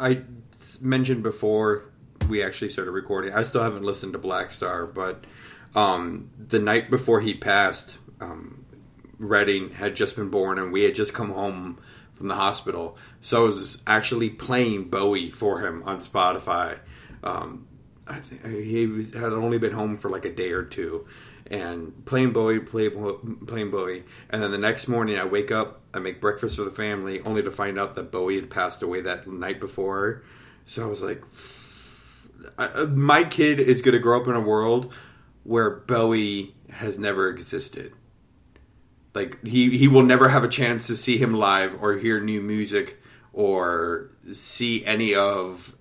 Speaker 2: I s- mentioned before we actually started recording. I still haven't listened to Black Star, but um, the night before he passed, um, Redding had just been born, and we had just come home from the hospital. So I was actually playing Bowie for him on Spotify. Um, I think he was, had only been home for like a day or two, and playing Bowie, play, playing Bowie, and then the next morning I wake up, I make breakfast for the family, only to find out that Bowie had passed away that night before. So I was like, f- I- I- my kid is going to grow up in a world where Bowie has never existed. Like he he will never have a chance to see him live or hear new music or see any of.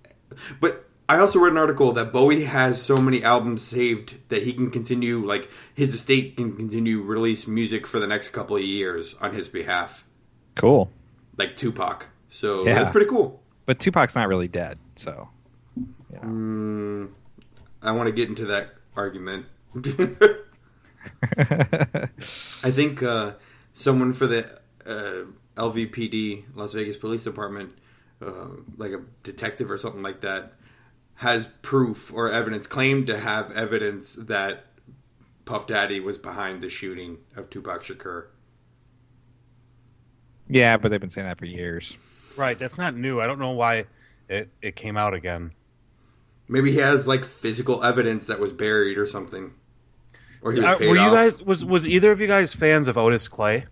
Speaker 2: But I also read an article that Bowie has so many albums saved that he can continue like his estate can continue release music for the next couple of years on his behalf,
Speaker 4: cool
Speaker 2: like Tupac. So
Speaker 4: Yeah.
Speaker 2: that's pretty cool.
Speaker 4: but tupac's not really dead so
Speaker 2: I want to get into that argument. I think uh, someone for the uh, LVPD, Las Vegas Police Department, uh, like a detective or something like that, has proof or evidence, claimed to have evidence that Puff Daddy was behind the shooting of Tupac Shakur.
Speaker 4: Yeah, but they've been saying that for years.
Speaker 3: Right, that's not new. I don't know why it, it came out again.
Speaker 2: Maybe he has like physical evidence that was buried or something. Or he was
Speaker 3: Uh,
Speaker 2: paid
Speaker 3: were you
Speaker 2: off.
Speaker 3: guys was was either of you guys fans of Otis Clay?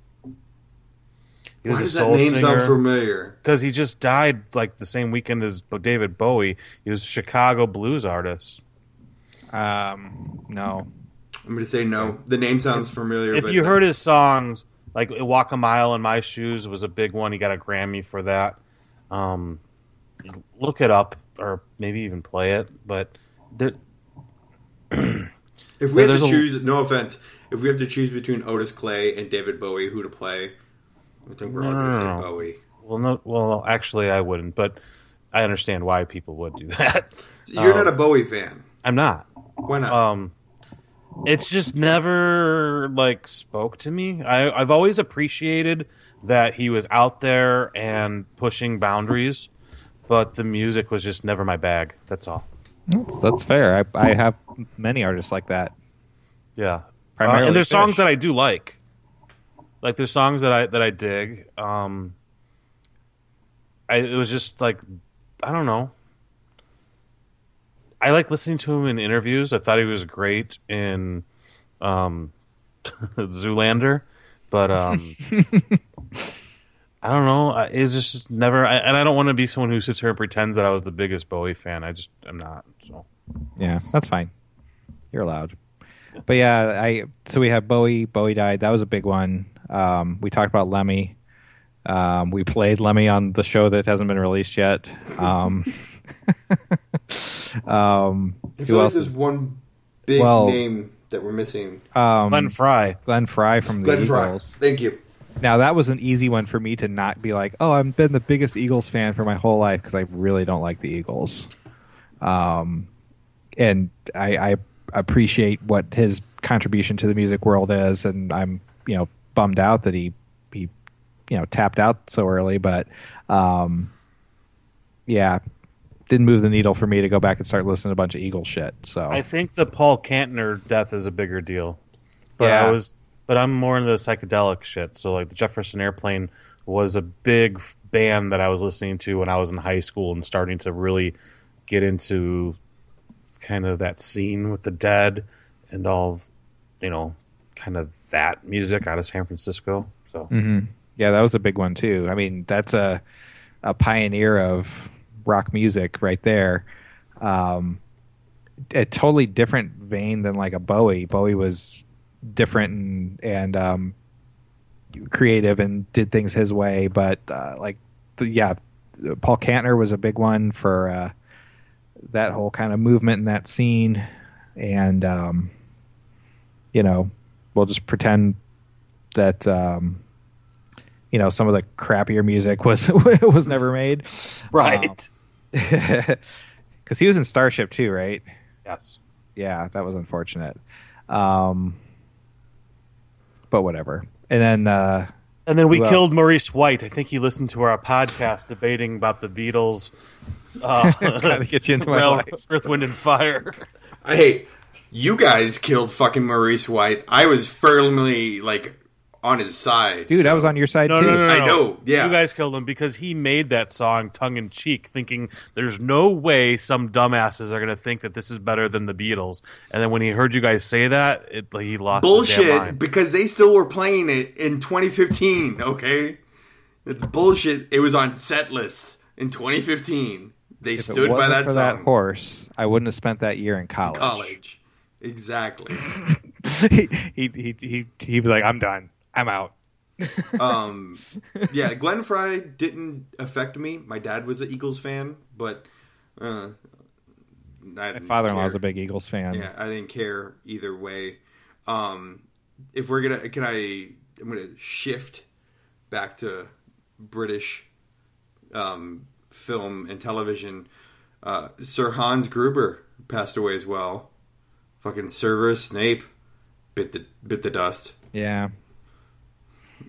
Speaker 3: He
Speaker 2: Why does that name sound familiar?
Speaker 3: because he just died like the same weekend as Bo- David Bowie. He was a Chicago blues artist.
Speaker 4: Um, no.
Speaker 2: I'm going to say no. The name sounds familiar.
Speaker 3: If
Speaker 2: but
Speaker 3: you heard his songs, like "Walk a Mile in My Shoes" was a big one. He got a Grammy for that. Um, look it up, or maybe even play it. But there,
Speaker 2: if we have
Speaker 3: there's
Speaker 2: to
Speaker 3: a-
Speaker 2: choose, no offense, if we have to choose between Otis Clay and David Bowie, who to play, I think we're all going to
Speaker 3: No, no, no.
Speaker 2: say Bowie.
Speaker 3: well, no, well, actually, I wouldn't, but I understand why people would do (laughs) that.
Speaker 2: You're
Speaker 3: Oh.
Speaker 2: not a Bowie fan.
Speaker 3: I'm not.
Speaker 2: Why not?
Speaker 3: um it's just never like spoke to me I, i've always appreciated that he was out there and pushing boundaries but the music was just never my bag that's all
Speaker 4: That's, that's fair. I, I have many artists like that.
Speaker 3: yeah
Speaker 4: Primarily
Speaker 3: Uh, and Uh, there's
Speaker 4: Fish.
Speaker 3: songs that i do like like there's songs that i that i dig um i it was just like i don't know i like listening to him in interviews i thought he was great in um (laughs) zoolander but
Speaker 4: (laughs)
Speaker 3: um i don't know I- it was just never I, and i don't want to be someone who sits here and pretends that i was the biggest bowie fan i just i'm not so
Speaker 4: Yeah, that's fine. You're allowed. But yeah, I so we have Bowie. Bowie died. That was a big one. Um, we talked about Lemmy. Um, we played Lemmy on the show that hasn't been released yet. Um,
Speaker 2: I feel
Speaker 4: um, who
Speaker 2: like
Speaker 4: else?
Speaker 2: there's
Speaker 4: is-
Speaker 2: one big
Speaker 4: Well-
Speaker 2: name that we're missing.
Speaker 4: um,
Speaker 3: glenn
Speaker 4: Glenn,
Speaker 3: fry
Speaker 4: Fry from the
Speaker 2: Glenn Fry.
Speaker 4: Eagles.
Speaker 2: Thank you.
Speaker 4: Now that was an easy one for me to not be like, oh, I've been the biggest Eagles fan for my whole life because I really don't like the Eagles. Um, and I, I appreciate what his contribution to the music world is, and I'm you know bummed out that he he you know tapped out so early, but um, yeah, didn't move the needle for me to go back and start listening to a bunch of Eagle shit. So
Speaker 3: I think the Paul Kantner death is a bigger deal. But
Speaker 4: Yeah.
Speaker 3: I was but I'm more into the psychedelic shit. So like the Jefferson Airplane was a big f- band that I was listening to when I was in high school and starting to really get into kind of that scene with the dead and all of, you know kind of that music out of San Francisco. So
Speaker 4: hmm Yeah, that was a big one too. I mean, that's a a pioneer of rock music right there. Um, a totally different vein than like a Bowie. Bowie was different and and um, creative and did things his way. But uh, like, the, yeah, Paul Kantner was a big one for uh, that whole kind of movement in that scene. And um, you know, we'll just pretend that um, you know some of the crappier music was (laughs) was never made
Speaker 3: um,
Speaker 4: because he was in Starship too, right?
Speaker 3: yes.
Speaker 4: Yeah, that was unfortunate. Um, but whatever. And then uh,
Speaker 3: And then we
Speaker 4: Who else?
Speaker 3: killed Maurice White. I think he listened to our podcast debating about the Beatles uh,
Speaker 4: (laughs) gotta get you into my
Speaker 3: Well,
Speaker 4: life.
Speaker 3: Earth, Wind, and Fire.
Speaker 2: Hey, you guys killed fucking Maurice White. I was firmly like on his side,
Speaker 4: Dude,
Speaker 2: so-
Speaker 4: I was on your
Speaker 3: (laughs)
Speaker 4: side
Speaker 3: No,
Speaker 4: too.
Speaker 3: no, no, no.
Speaker 2: I know, yeah.
Speaker 3: You guys killed him because he made that song tongue in cheek, thinking there's no way some dumbasses are going to think that this is better than the Beatles. And then when he heard you guys say that, it, like, he lost his damn
Speaker 2: bullshit
Speaker 3: mind.
Speaker 2: because they still were playing it in 2015. Okay, it's bullshit. It was on set lists in 2015. They
Speaker 4: If it
Speaker 2: stood by
Speaker 4: wasn't
Speaker 2: that
Speaker 4: for
Speaker 2: song.
Speaker 4: that horse, I wouldn't have spent that year in college.
Speaker 2: College, exactly.
Speaker 4: (laughs) he, he, he, he, he'd be like, I'm done. I'm out.
Speaker 2: um, yeah, Glenn Fry didn't affect me. My dad was an Eagles fan, but uh,
Speaker 4: My father-in-law's a big Eagles fan.
Speaker 2: Yeah, I didn't care either way. Um, if we're gonna, can I? I'm gonna shift back to British um, film and television. Uh, Sir Hans Gruber passed away as well. Fucking Severus Snape bit the bit the dust.
Speaker 4: Yeah.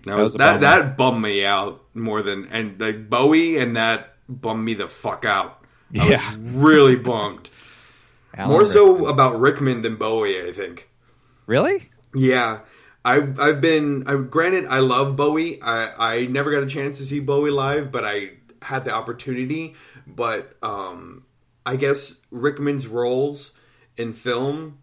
Speaker 2: That was,
Speaker 4: was a
Speaker 2: that,
Speaker 4: bummer.
Speaker 2: that bummed me out more than and like Bowie and that bummed me the fuck out. I
Speaker 4: Yeah.
Speaker 2: was really bummed.
Speaker 4: (laughs) Alan
Speaker 2: more
Speaker 4: Rick-
Speaker 2: so uh, about Rickman than Bowie, I think.
Speaker 4: really?
Speaker 2: Yeah. I I've been I granted I love Bowie. I I never got a chance to see Bowie live, but I had the opportunity, but um I guess Rickman's roles in film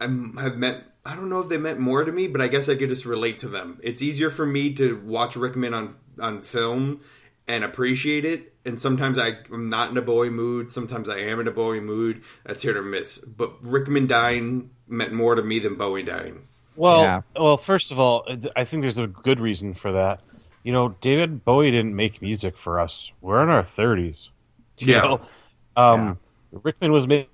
Speaker 2: i have meant I don't know if they meant more to me, but I guess I could just relate to them. It's easier for me to watch Rickman on on film and appreciate it. And sometimes I, I'm not in a Bowie mood. Sometimes I am in a Bowie mood. That's hit or miss. But Rickman dying meant more to me than Bowie dying.
Speaker 3: Well,
Speaker 4: Yeah.
Speaker 3: well, first of all, I think there's a good reason for that. You know, David Bowie didn't make music for us. We're in our thirties.
Speaker 2: Yeah.
Speaker 3: Um, Rickman was ma-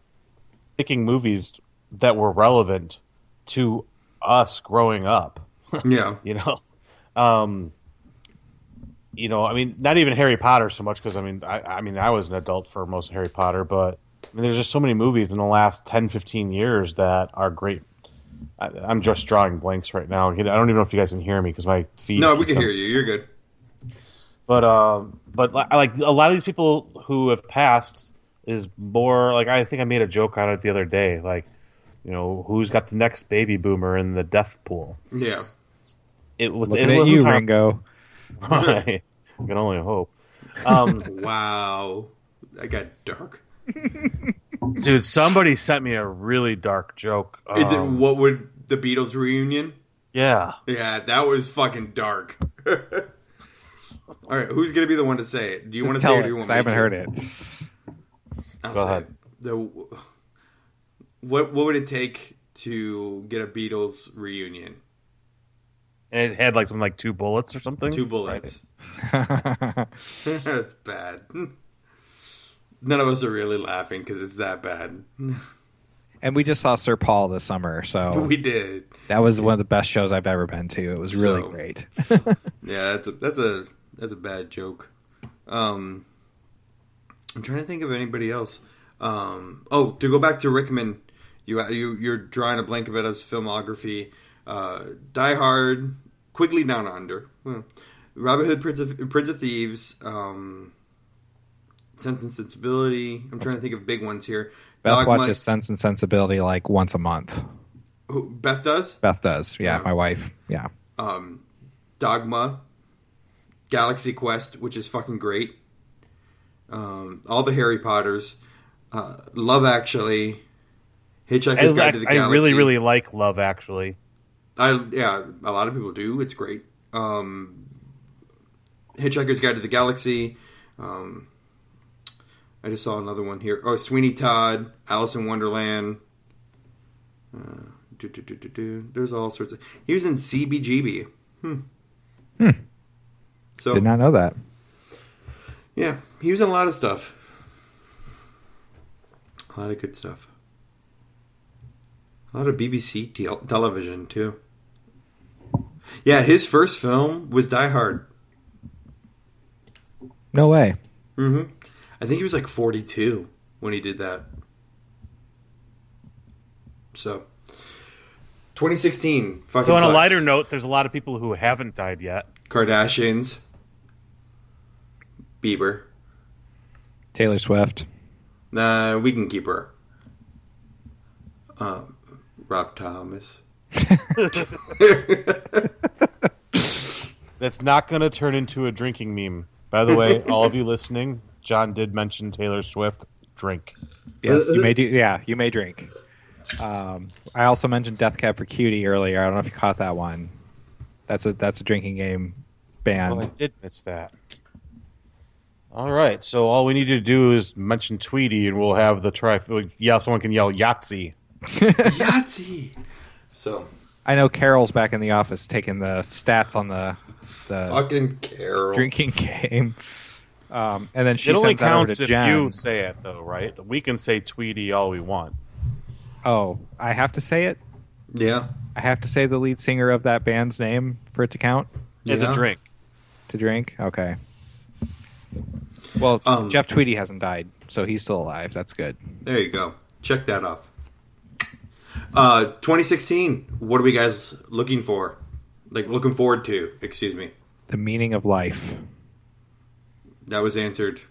Speaker 3: making movies that were relevant to us growing up.
Speaker 4: (laughs)
Speaker 2: Yeah.
Speaker 3: You know, (laughs) um, you know, I mean, not even Harry Potter so much because I mean, I, I mean, I was an adult for most of Harry Potter, but I mean, there's just so many movies in the last 10, 15 years that are great. I, I'm just drawing blanks right now. I don't even know if you guys can hear me because my feet.
Speaker 2: No, we can
Speaker 3: keeps on
Speaker 2: hear you. You're good.
Speaker 3: but um, but li- like a lot of these people who have passed is more like I think I made a joke on it the other day, like you know who's got the next baby boomer in the death pool.
Speaker 2: Yeah.
Speaker 3: It was
Speaker 4: Looking
Speaker 3: it
Speaker 4: at
Speaker 3: wasn't
Speaker 4: you,
Speaker 3: Tom- (laughs)
Speaker 4: Ringo.
Speaker 3: I can only hope. Um,
Speaker 2: Wow. I got dark.
Speaker 3: (laughs) dude, somebody sent me a really dark joke.
Speaker 2: Is it
Speaker 3: Um,
Speaker 2: what would the Beatles reunion?
Speaker 3: yeah,
Speaker 2: Yeah, that was fucking dark. (laughs) All right, who's gonna be the one to say it? Do you want to
Speaker 4: Just
Speaker 2: say it
Speaker 4: tell
Speaker 2: or do
Speaker 4: it,
Speaker 2: you want
Speaker 4: 'cause
Speaker 2: me
Speaker 4: I haven't
Speaker 2: to?
Speaker 4: heard it.
Speaker 2: I'll
Speaker 3: Go
Speaker 2: say
Speaker 3: ahead.
Speaker 2: it. The, what what would it take to get a Beatles reunion?
Speaker 3: and it had like some like two bullets or something.
Speaker 2: Two bullets. (laughs)
Speaker 4: (laughs)
Speaker 2: That's bad. (laughs) None of us are really laughing because it's that bad.
Speaker 4: And we just saw Sir Paul this summer, so
Speaker 2: We did.
Speaker 4: that was one of the best shows I've ever been to. It was really
Speaker 2: So-
Speaker 4: great.
Speaker 2: Yeah, that's a that's a that's a bad joke. Um, I'm trying to think of anybody else. Um, oh, to go back to Rickman, you you you're drawing a blank about his filmography. Uh, Die Hard, Quigley Down Under, hmm, Robin Hood, Prince of, Prince of Thieves, um, Sense and Sensibility. I'm trying to think of big ones here.
Speaker 4: Beth
Speaker 2: Dogma-
Speaker 4: watches Sense and Sensibility like once a month.
Speaker 2: who- Beth does
Speaker 4: Beth does. Yeah,
Speaker 2: Yeah.
Speaker 4: my wife. Yeah.
Speaker 2: Dogma, Galaxy Quest, which is fucking great. Um, all the Harry Potters, uh, Love Actually,
Speaker 3: I,
Speaker 2: Hitchhiker's Guide to the
Speaker 3: I
Speaker 2: Galaxy.
Speaker 3: really really like Love Actually.
Speaker 2: I yeah, a lot of people do. It's great. Um, Hitchhiker's Guide to the Galaxy. Um, I just saw another one here. Oh, Sweeney Todd, Alice in Wonderland. Uh, do, do, do, do, do. There's all sorts of. He was in CBGB. Hmm. So
Speaker 4: Did not know that.
Speaker 2: yeah, he was in a lot of stuff. A lot of good stuff. A lot of BBC tel- television too. Yeah, his first film was Die Hard.
Speaker 4: No way.
Speaker 2: Mm-hmm. I think he was like 42 when he did that. So, 2016. Fucking
Speaker 3: So on a
Speaker 2: sucks.
Speaker 3: lighter note, there's a lot of people who haven't died yet.
Speaker 2: Kardashians, Bieber.
Speaker 4: Taylor Swift.
Speaker 2: Nah, we can keep her. Um, Rob Thomas.
Speaker 3: That's not going to turn into a drinking meme. By the way, all of you listening, John did mention Taylor Swift. Drink.
Speaker 4: Yes, you
Speaker 2: (laughs)
Speaker 4: may do. Yeah, you may drink. Um, I also mentioned Death Cab for Cutie earlier. I don't know if you caught that one. That's a that's a drinking game band.
Speaker 3: Well, I did miss that. All right. So all we need to do is mention Tweety, and we'll have the try. Yeah, someone can yell Yahtzee.
Speaker 2: Yahtzee. So
Speaker 4: I know Carol's back in the office taking the stats on the the
Speaker 2: fucking Carol.
Speaker 4: drinking (laughs) game. Um, and then she
Speaker 3: it only
Speaker 4: sends that over
Speaker 3: counts
Speaker 4: to
Speaker 3: if
Speaker 4: Jen.
Speaker 3: you say it, though, right? We can say Tweety all we want.
Speaker 4: Oh, I have to say it.
Speaker 2: Yeah.
Speaker 4: I have to say the lead singer of that band's name for it to count
Speaker 3: It's
Speaker 2: Yeah.
Speaker 3: a drink.
Speaker 4: to drink. Okay. Well,
Speaker 2: Um,
Speaker 4: Jeff Tweedy hasn't died, so he's still alive. That's good.
Speaker 2: There you go. Check that off. Uh, 2016. What are we guys looking for? like looking forward to. Excuse me.
Speaker 4: The meaning of life.
Speaker 2: That was answered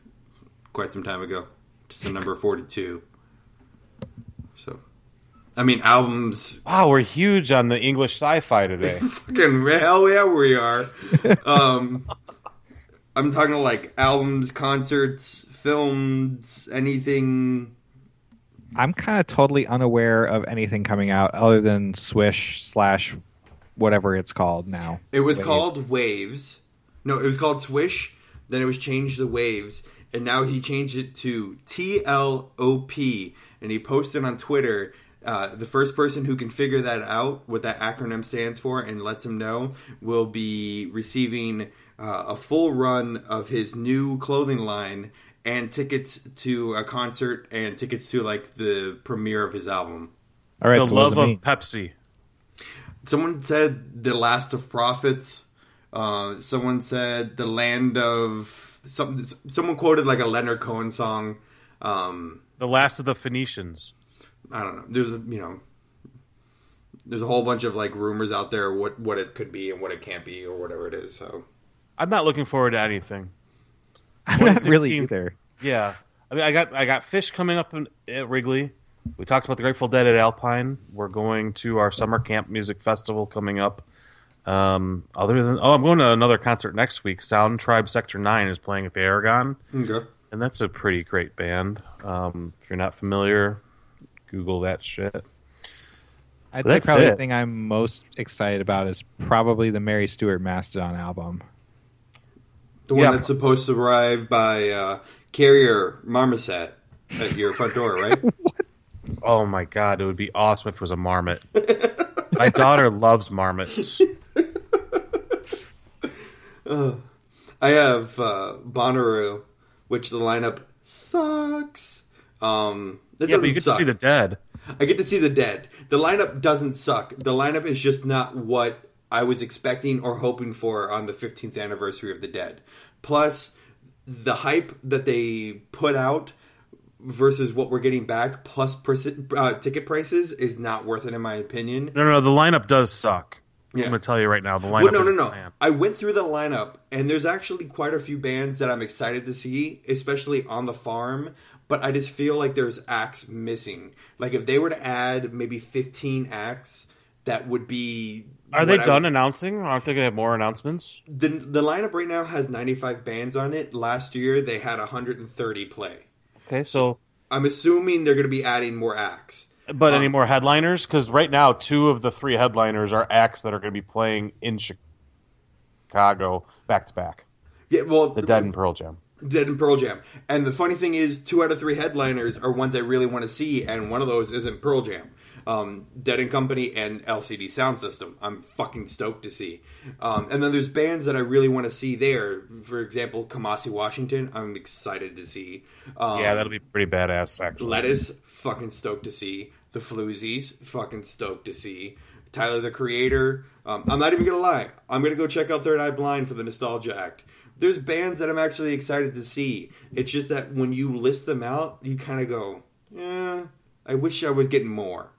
Speaker 2: quite some time ago. Just the number forty-two. So, I mean, albums.
Speaker 3: Wow, we're huge on the English sci-fi
Speaker 4: (laughs)
Speaker 3: today.
Speaker 2: Fucking hell yeah, we are. Um, I'm talking like albums, concerts, films, anything.
Speaker 4: I'm kind of totally unaware of anything coming out other than Swish slash whatever it's called now.
Speaker 2: It was
Speaker 4: Wave.
Speaker 2: called Waves. No, it was called Swish. Then it was changed to Waves, and now he changed it to T L O P. And he posted on Twitter. Uh, the first person who can figure that out, what that acronym stands for, and lets him know, will be receiving uh, a full run of his new clothing line and tickets to a concert and tickets to like the premiere of his album.
Speaker 4: All right,
Speaker 3: the
Speaker 4: so what does
Speaker 3: love
Speaker 4: it
Speaker 3: of
Speaker 4: mean? (laughs)
Speaker 3: Pepsi.
Speaker 2: Someone said the last of prophets. Uh, someone said the land of some. Someone quoted like a Leonard Cohen song. Um,
Speaker 3: The last of the Phoenicians.
Speaker 2: I don't know. There's a you know. There's a whole bunch of like rumors out there what what it could be and what it can't be or whatever it is. So
Speaker 3: I'm not looking forward to
Speaker 4: (laughs)
Speaker 3: anything.
Speaker 4: I'm not
Speaker 3: 2016.
Speaker 4: really either.
Speaker 3: Yeah, I mean, I got I got fish coming up in, at Wrigley. We talked about the Grateful Dead at Alpine. We're going to our summer camp music festival coming up. Um, other than oh, I'm going to another concert next week. Sound Tribe Sector Nine is playing at the Aragon,
Speaker 2: okay.
Speaker 3: and that's a pretty great band. Um, if you're not familiar, Google that shit. Well,
Speaker 4: I'd say
Speaker 3: that's
Speaker 4: probably
Speaker 3: it.
Speaker 4: the thing I'm most excited about is probably the Mary Stewart Mastodon album.
Speaker 2: the one
Speaker 3: Yeah.
Speaker 2: that's supposed to arrive by uh, carrier marmoset at your front door,
Speaker 3: (laughs)
Speaker 2: right?
Speaker 3: Oh my god, it would be awesome if it was
Speaker 2: (laughs)
Speaker 3: a marmot. my daughter loves marmots.
Speaker 2: I have uh, Bonnaroo, which the lineup sucks. Um, that
Speaker 3: Yeah, but you
Speaker 2: doesn't
Speaker 3: get
Speaker 2: suck.
Speaker 3: to see the dead.
Speaker 2: I get to see the dead. The lineup doesn't suck. The lineup is just not what I was expecting or hoping for on the 15th anniversary of the dead. Plus, the hype that they put out versus what we're getting back, plus perci- uh, ticket prices, is not worth it, in my opinion.
Speaker 3: No, no, no, the lineup does suck.
Speaker 2: Yeah.
Speaker 3: I'm gonna tell you right now, the lineup.
Speaker 2: Well, no, no,
Speaker 3: isn't
Speaker 2: no.
Speaker 3: planned.
Speaker 2: I went through the lineup, and there's actually quite a few bands that I'm excited to see, especially on the farm. But I just feel like there's acts missing. Like if they were to add maybe 15 acts, that would be.
Speaker 3: Are they
Speaker 2: what I-
Speaker 3: done announcing? Aren't they going to have more announcements?
Speaker 2: the, the lineup right now has 95 bands on it. Last year they had 130 play.
Speaker 3: Okay, so uh,
Speaker 2: I'm assuming they're going to be adding more acts.
Speaker 3: but any more headliners? Because right now, two of the three headliners are acts that are going to be playing in Chicago back to back.
Speaker 2: Yeah, well,
Speaker 3: The Dead and Pearl Jam.
Speaker 2: Dead and Pearl Jam. And the funny thing is, two out of three headliners are ones I really want to see, and one of those isn't Pearl Jam. Um, Dead and Company and LCD Sound System. I'm fucking stoked to see. Um, and then there's bands that I really want to see there. For example, Kamasi Washington. I'm excited to see. Um,
Speaker 3: yeah, that'll be pretty badass. Actually,
Speaker 2: Lettuce, fucking stoked to see. The Floozies, fucking stoked to see. Tyler the Creator. Um, I'm not even gonna lie. I'm gonna go check out Third Eye Blind for the Nostalgia Act. There's bands that I'm actually excited to see. It's just that when you list them out, you kind of go, "Yeah, I wish I was getting more."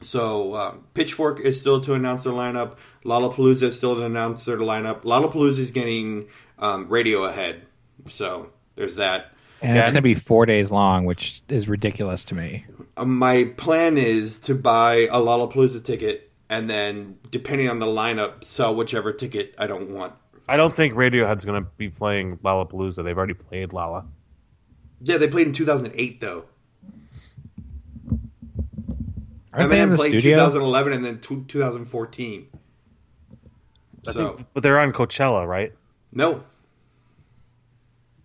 Speaker 2: So uh, Pitchfork is still to announce their lineup. Lollapalooza is still to announce their lineup. Lollapalooza is getting um, Radiohead. So there's that.
Speaker 4: And it's
Speaker 3: Okay.
Speaker 4: going to be four days long, which is ridiculous to me.
Speaker 2: Um, my plan is to buy a Lollapalooza ticket and then, depending on the lineup, sell whichever ticket I don't want.
Speaker 3: I don't think Radiohead's going to be playing Lollapalooza. They've already played Lala.
Speaker 2: Yeah, they played in 2008 though.
Speaker 4: Aren't
Speaker 2: Eminem
Speaker 4: they in the
Speaker 2: played
Speaker 4: studio?
Speaker 2: 2011 and then two, 2014.
Speaker 3: I
Speaker 2: So
Speaker 3: think- but they're on Coachella, right?
Speaker 2: no,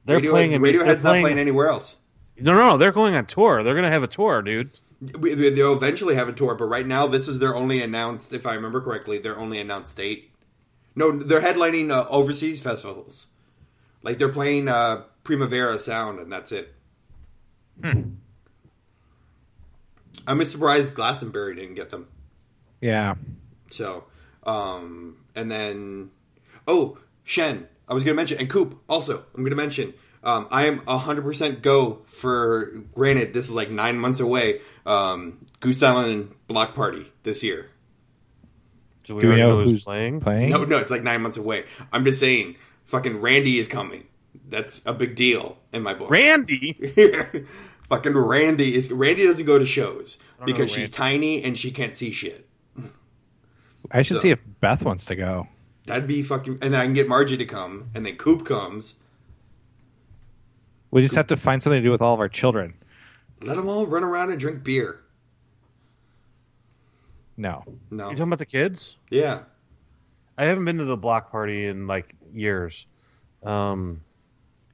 Speaker 3: They're
Speaker 2: Radiohead-
Speaker 3: playing. in-
Speaker 2: Radiohead's
Speaker 3: they're
Speaker 2: not playing anywhere else.
Speaker 3: No, no, no. They're going on tour. They're going to have a tour, dude.
Speaker 2: We- we- They'll eventually have a tour, but right now this is their only announced, if I remember correctly, their only announced date. No, they're headlining uh, overseas festivals. Like they're playing uh, Primavera Sound, and that's it. I'm surprised Glastonbury didn't get them.
Speaker 4: Yeah.
Speaker 2: So, um, and then, oh, Shen, I was going to mention, and Coop also, I'm going to mention. Um, I am 100% go for, granted, this is like nine months away, um, Goose Island Block Party this year.
Speaker 3: Do we,
Speaker 4: Do we
Speaker 3: already
Speaker 4: know
Speaker 3: know, who's
Speaker 4: who's
Speaker 3: playing?
Speaker 4: Playing?
Speaker 2: No, no, it's like nine months away. I'm just saying, fucking Randy is coming. That's a big deal in my book.
Speaker 3: Randy.
Speaker 2: (laughs) fucking Randy is Randy doesn't go to shows
Speaker 3: know
Speaker 2: because she's
Speaker 3: Randy.
Speaker 2: tiny and she can't see shit.
Speaker 4: I should
Speaker 2: So-
Speaker 4: see if Beth wants to go.
Speaker 2: That'd be fucking, and I can get Margie to come, and then Coop comes.
Speaker 4: We just have to find something to do with all of our children.
Speaker 2: Let them all run around and drink beer.
Speaker 4: No.
Speaker 2: No,
Speaker 3: You talking about the kids?
Speaker 2: yeah,
Speaker 3: I haven't been to the block party in like years. Um,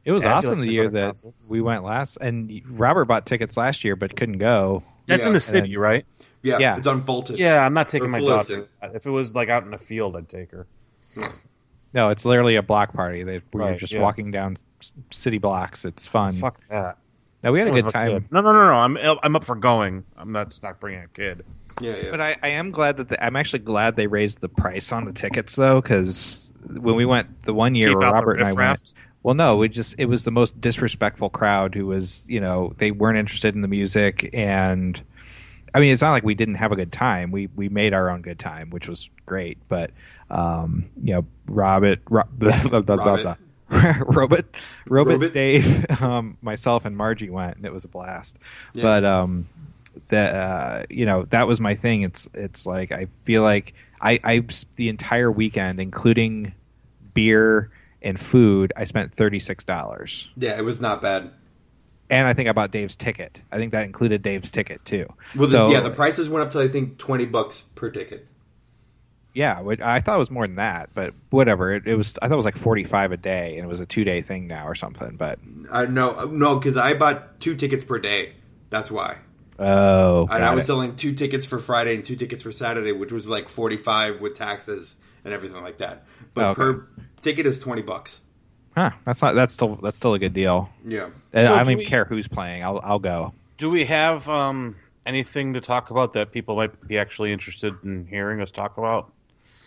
Speaker 4: It was
Speaker 3: Yeah, I do like
Speaker 4: awesome the
Speaker 3: to go
Speaker 4: year
Speaker 3: to
Speaker 4: that
Speaker 3: concerts.
Speaker 4: we went last, and Robert bought tickets last year but couldn't go.
Speaker 3: that's
Speaker 2: Yeah.
Speaker 3: in the city, right?
Speaker 2: yeah,
Speaker 4: Yeah.
Speaker 2: It's unfaulted.
Speaker 3: Yeah, I'm not taking
Speaker 2: Or
Speaker 3: my
Speaker 2: Fullerton.
Speaker 3: daughter. If it was like out in the field, I'd take her.
Speaker 4: No, it's literally a block party. They, we were
Speaker 3: Right,
Speaker 4: just
Speaker 3: yeah.
Speaker 4: walking down s- city blocks. It's fun.
Speaker 3: Fuck that.
Speaker 4: No, we had a
Speaker 3: Everyone's
Speaker 4: good
Speaker 3: about to
Speaker 4: time.
Speaker 3: get- No, no, no, no. I'm I'm up for going. I'm not just not bringing a kid.
Speaker 2: yeah, yeah.
Speaker 4: But I, I am glad that the, I'm actually glad they raised the price on the tickets though, because when we went the one year
Speaker 3: Keep
Speaker 4: where
Speaker 3: out the
Speaker 4: Robert and I
Speaker 3: riffraff.
Speaker 4: went, well, no, we just it was the most disrespectful crowd who was you know they weren't interested in the music, and I mean it's not like we didn't have a good time. We we made our own good time, which was great. But um, you know, Robert, Ro- (laughs) blah, blah, blah, blah, (laughs) blah. Robot,
Speaker 2: Robot.
Speaker 4: Robot, Dave, (laughs) um, myself, and Margie went, and it was a blast.
Speaker 2: Yeah.
Speaker 4: But um, that uh, you know that was my thing. It's it's like I feel like I I s- the entire weekend, including beer and food, I spent thirty six dollars,
Speaker 2: yeah, it was not bad.
Speaker 4: and I think I bought Dave's ticket. I think that included Dave's ticket too.
Speaker 2: Well, the-
Speaker 4: so
Speaker 2: yeah, the prices went up to I think twenty bucks per ticket.
Speaker 4: yeah, which I thought it was more than that, but whatever. It, it was I thought it was like forty five a day, and it was a two day thing now or something. But
Speaker 2: I no, no, because I bought two tickets per day. That's why.
Speaker 4: oh,
Speaker 2: And I was selling two tickets for Friday and two tickets for Saturday, which was like forty five with taxes and everything like that. But
Speaker 4: Okay.
Speaker 2: per ticket is twenty bucks.
Speaker 4: huh? That's not that's still that's still a good deal.
Speaker 2: Yeah.
Speaker 4: And
Speaker 3: So
Speaker 4: I don't
Speaker 3: do
Speaker 4: even
Speaker 3: we-
Speaker 4: care who's playing. I'll I'll go.
Speaker 3: Do we have um, anything to talk about that people might be actually interested in hearing us talk about?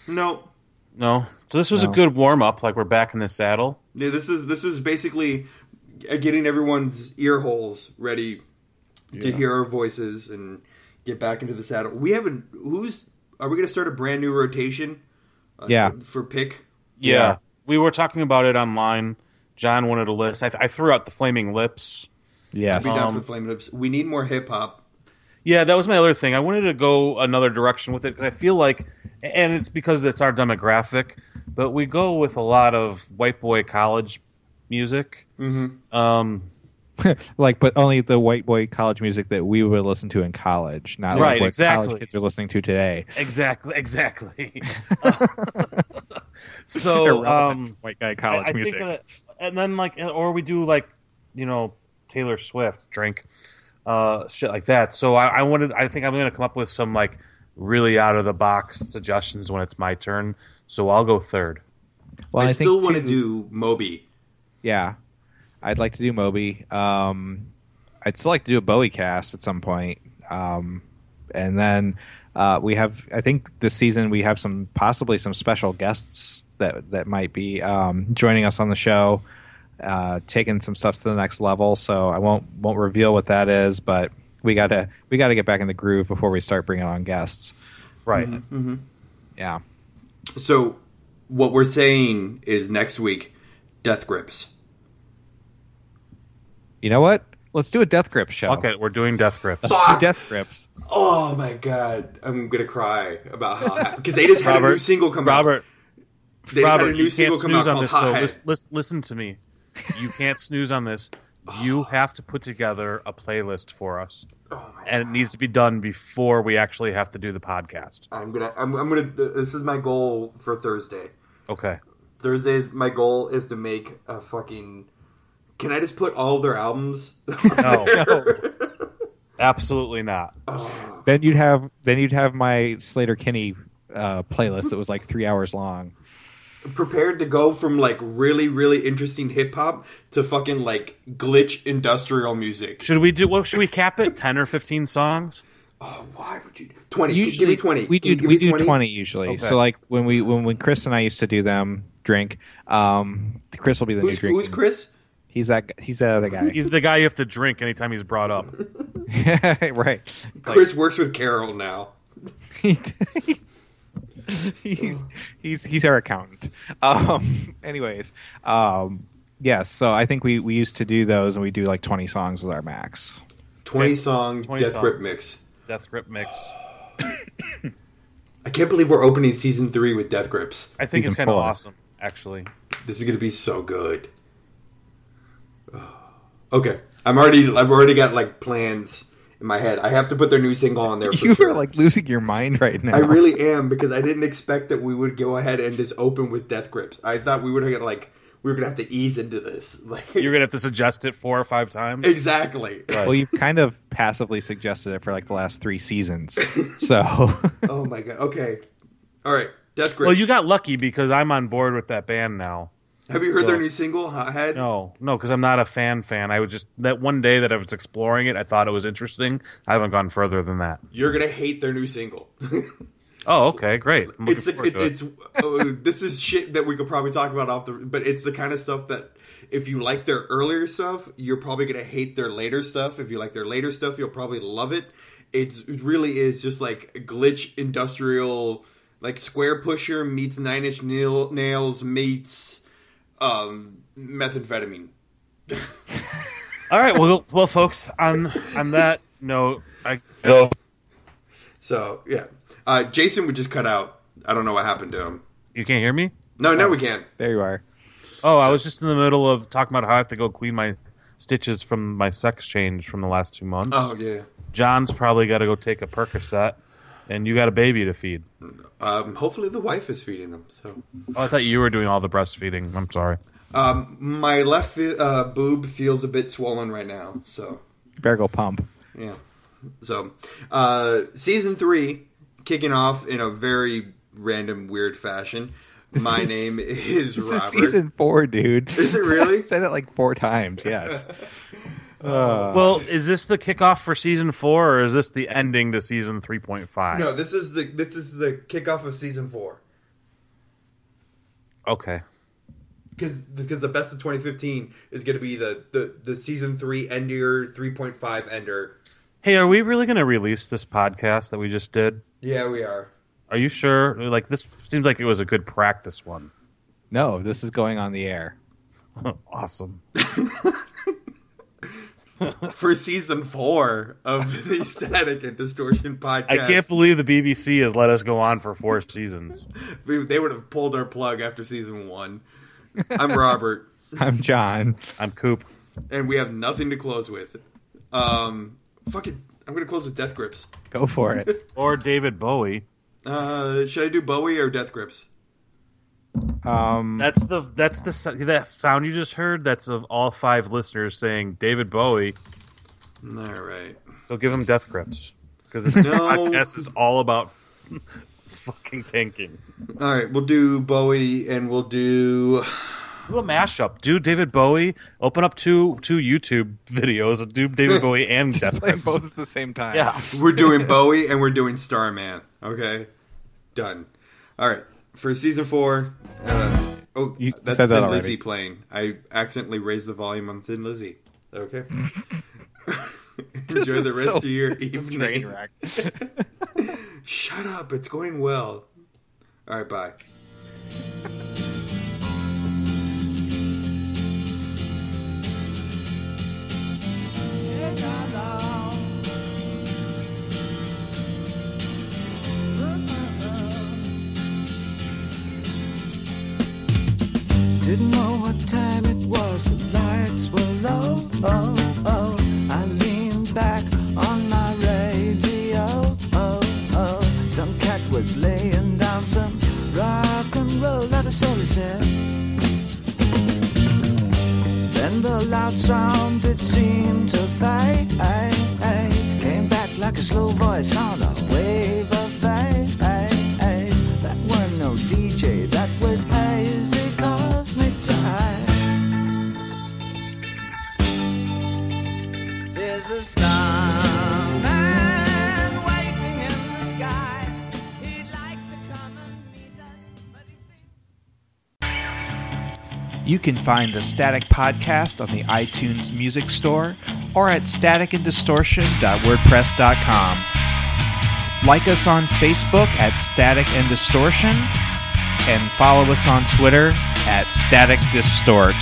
Speaker 2: No.
Speaker 3: No. So this was a good warm up. Like we're back in the saddle.
Speaker 2: Yeah, this is this is basically uh, getting everyone's ear holes ready to hear our voices and get back into the saddle. We haven't. Who's are we going to start a brand new rotation? Uh,
Speaker 4: Yeah.
Speaker 2: For pick.
Speaker 3: Yeah.
Speaker 4: Yeah.
Speaker 3: We were talking about it online. John wanted a list. I, I threw out the flaming lips.
Speaker 4: Yes.
Speaker 2: Be down
Speaker 3: Um,
Speaker 2: for Flame Lips. We need more hip hop.
Speaker 3: Yeah, that was my other thing. I wanted to go another direction with it because I feel like, and it's because it's our demographic, but we go with a lot of white boy college music. Mm-hmm. Um,
Speaker 4: (laughs) like but only the white boy college music that we would listen to in college not
Speaker 3: Right,
Speaker 4: like what
Speaker 3: exactly.
Speaker 4: college kids are listening to today
Speaker 3: exactly, exactly. (laughs) so,
Speaker 4: Irrelevant
Speaker 3: um,
Speaker 4: white guy
Speaker 3: I-
Speaker 4: college
Speaker 3: I
Speaker 4: music
Speaker 3: Think that, and then like, or we do like, you know, Taylor Swift drink, uh, shit like that. So I, I wanted, I think I'm gonna come up with some like really out of the box suggestions when it's my turn. So I'll go third.
Speaker 4: well
Speaker 2: I,
Speaker 4: think,
Speaker 2: still want to
Speaker 4: too-
Speaker 2: do Moby.
Speaker 4: yeah i'd like to do moby um i'd still like to do a bowie cast at some point um and then uh we have i think this season we have some possibly some special guests that that might be um joining us on the show uh, taking some stuff to the next level. So I won't won't reveal what that is, but we gotta we gotta get back in the groove before we start bringing on guests.
Speaker 3: Right.
Speaker 4: Yeah,
Speaker 2: So what we're saying is next week, Death Grips.
Speaker 4: you know what? Let's do a death grip show.
Speaker 3: Fuck it, we're doing death grips.
Speaker 4: Let's do death grips.
Speaker 2: Oh my god, I'm gonna cry about how because they just had a new
Speaker 3: Robert,
Speaker 2: single come
Speaker 3: Robert,
Speaker 2: out. They just
Speaker 3: Robert,
Speaker 2: had a new
Speaker 3: you
Speaker 2: single
Speaker 3: can't
Speaker 2: come
Speaker 3: snooze
Speaker 2: out called
Speaker 3: on this. So
Speaker 2: Hot Head.
Speaker 3: listen, listen to me.
Speaker 2: (laughs)
Speaker 3: You can't snooze on this. You have to put together a playlist for us,
Speaker 2: Oh my
Speaker 3: and it needs to be done before we actually have to do the podcast.
Speaker 2: I'm gonna. I'm, I'm gonna. th- This is my goal for Thursday.
Speaker 3: Okay.
Speaker 2: Thursday's my goal is to make a fucking. Can I just put all their albums? (laughs)
Speaker 3: No. Absolutely not.
Speaker 4: Then you'd have then you'd have my Slater Kinney uh, playlist that was like three hours long.
Speaker 2: prepared to go from like really really interesting hip hop to fucking like glitch industrial music.
Speaker 3: Should we do? What should we cap it? Ten or fifteen songs?
Speaker 2: Oh, why would you? Twenty.
Speaker 4: Usually
Speaker 2: give me twenty.
Speaker 4: We
Speaker 2: Can you
Speaker 4: do
Speaker 2: give
Speaker 4: we
Speaker 2: me
Speaker 4: do 20? usually.
Speaker 3: Okay.
Speaker 4: So like when we when when Chris and I used to do them drink. Um, Chris will be the
Speaker 2: Who's,
Speaker 4: new drink.
Speaker 2: who's Chris?
Speaker 4: He's that gu- he's that other guy.
Speaker 3: He's the guy you have to drink anytime he's brought up.
Speaker 4: (laughs) right.
Speaker 2: Chris works with Carol now.
Speaker 4: He d- he's he's he's our accountant. Um, anyways, um, yes. So I think we we used to do those, and we do like twenty songs with our max.
Speaker 2: 20 song
Speaker 3: 20
Speaker 2: Death Grip
Speaker 3: songs.
Speaker 2: mix.
Speaker 3: Death Grip mix.
Speaker 2: I can't believe we're opening season three with Death Grips.
Speaker 3: I think
Speaker 4: Season
Speaker 3: it's kind of
Speaker 4: four.
Speaker 3: awesome, actually.
Speaker 2: This is going to be so good. (sighs) Okay, I'm already. I've already got like plans in my head. I have to put their new single on there. For
Speaker 4: (laughs) You
Speaker 2: sure.
Speaker 4: are like losing your mind right now.
Speaker 2: I really am because I didn't expect that we would go ahead and just open with Death Grips. I thought we would get like we were gonna have to ease into this. (laughs) Like
Speaker 3: You're gonna have to suggest it four or five times.
Speaker 2: exactly.
Speaker 4: Well, you've kind of passively suggested it for like the last
Speaker 2: (laughs)
Speaker 4: three seasons. So (laughs)
Speaker 2: Oh my god. Okay. All right. Death Grips.
Speaker 3: Well, you got lucky because I'm on board with that band now.
Speaker 2: Have you heard their
Speaker 3: so-
Speaker 2: new single Hothead?
Speaker 3: No, no, because I'm not a fan fan. I would just that one day that I was exploring it, I thought it was interesting. I haven't gone further than that.
Speaker 2: You're gonna hate their new single. (laughs)
Speaker 3: Oh, okay, great. I'm looking
Speaker 2: it's the,
Speaker 3: forward
Speaker 2: it,
Speaker 3: to it.
Speaker 2: it's uh, this is shit that we could probably talk about off the. But it's the kind of stuff that if you like their earlier stuff, you're probably gonna hate their later stuff. If you like their later stuff, you'll probably love it. It's it really is just like glitch industrial, like square pusher meets nine inch nail, nails meets um, methamphetamine.
Speaker 3: All right, well, well, folks, on on that note, I go.
Speaker 2: So yeah, uh, Jason would just cut out. I don't know what happened to him.
Speaker 3: You can't hear me?
Speaker 2: No, now we can.
Speaker 4: there you are.
Speaker 3: Oh, I was just in the middle of talking about how I have to go clean my stitches from my sex change from the last two months.
Speaker 2: Oh yeah.
Speaker 3: John's probably got to go take a Percocet, and you got a baby to feed.
Speaker 2: Um, hopefully the wife is feeding them. So.
Speaker 3: Oh, I thought you were doing all the breastfeeding. I'm sorry.
Speaker 2: Um, my left fe- uh, boob feels a bit swollen right now, so
Speaker 4: Barrel pump.
Speaker 2: yeah. So, uh, season three kicking off in a very random, weird fashion. my
Speaker 4: is-
Speaker 2: name is
Speaker 4: This
Speaker 2: Robert.
Speaker 4: is season four, dude.
Speaker 2: Is it
Speaker 4: (laughs)
Speaker 2: really?
Speaker 4: I said it like four times. Yes.
Speaker 3: Well, is this the kickoff for season four, or is this the ending to season three point five?
Speaker 2: No, this is the this is the kickoff of season four
Speaker 3: Okay.
Speaker 2: because the best of 2015 is going to be the, the the season three ender 3.5 ender.
Speaker 3: Hey, are we really going to release this podcast that we just did?
Speaker 2: Yeah, we are.
Speaker 3: Are you sure? Like this seems like it was a good practice one. (laughs)
Speaker 4: No, this is going on the air.
Speaker 3: awesome.
Speaker 2: (laughs) For season four of the Static and Distortion podcast,
Speaker 3: I can't believe the BBC has let us go on for four seasons.
Speaker 2: We- They would have pulled our plug after season one. I'm Robert,
Speaker 4: I'm John.
Speaker 3: I'm Coop.
Speaker 2: and we have nothing to close with. Um, fucking, I'm gonna close with Death Grips.
Speaker 4: Go for
Speaker 2: (laughs)
Speaker 4: it.
Speaker 3: Or David Bowie.
Speaker 2: Uh, should I do Bowie or Death Grips?
Speaker 4: Um,
Speaker 3: That's the that's the so- that sound you just heard. That's of all five listeners saying David Bowie.
Speaker 2: All right.
Speaker 3: So give him death grips because this
Speaker 2: (laughs) No.
Speaker 3: podcast is all about (laughs) fucking tanking.
Speaker 2: All right, we'll do Bowie, and we'll do.
Speaker 3: Do a mashup. Do David Bowie. Open up two two YouTube (laughs) videos. of Do David Bowie and Death
Speaker 4: playing
Speaker 3: Grips.
Speaker 4: both at the same time.
Speaker 3: Yeah.
Speaker 2: We're
Speaker 4: (laughs)
Speaker 2: doing Bowie, and we're doing Starman. Okay, done. All right, for season four. Uh, oh,
Speaker 4: You
Speaker 2: that's
Speaker 4: said that
Speaker 2: Thin
Speaker 4: already.
Speaker 2: Lizzy playing. I accidentally raised the volume on Thin Lizzy.
Speaker 4: (laughs)
Speaker 2: Okay.
Speaker 4: This
Speaker 2: Enjoy
Speaker 4: is
Speaker 2: the rest
Speaker 4: so-
Speaker 2: of your
Speaker 4: (laughs) this is a
Speaker 2: evening.
Speaker 4: train wreck.
Speaker 2: Shut up. It's going well. All right, bye.
Speaker 5: Didn't know what time it was, the lights were low. Oh, oh. I leaned back on my radio. Oh, oh. Some cat was laying down some rock and roll that I slowly said. Then the loud sound that seemed to fade came back like a slow voice on a wave of fate. That were no DJ, that was hazy cosmic jive. There's a starman waiting in the sky. He'd like to come and meet us, but he thinks.
Speaker 6: You can find the Static Podcast on the iTunes Music Store or at staticanddistortion.wordpress.com.
Speaker 4: like us on Facebook at Static and Distortion, and follow us on Twitter at Static Distort.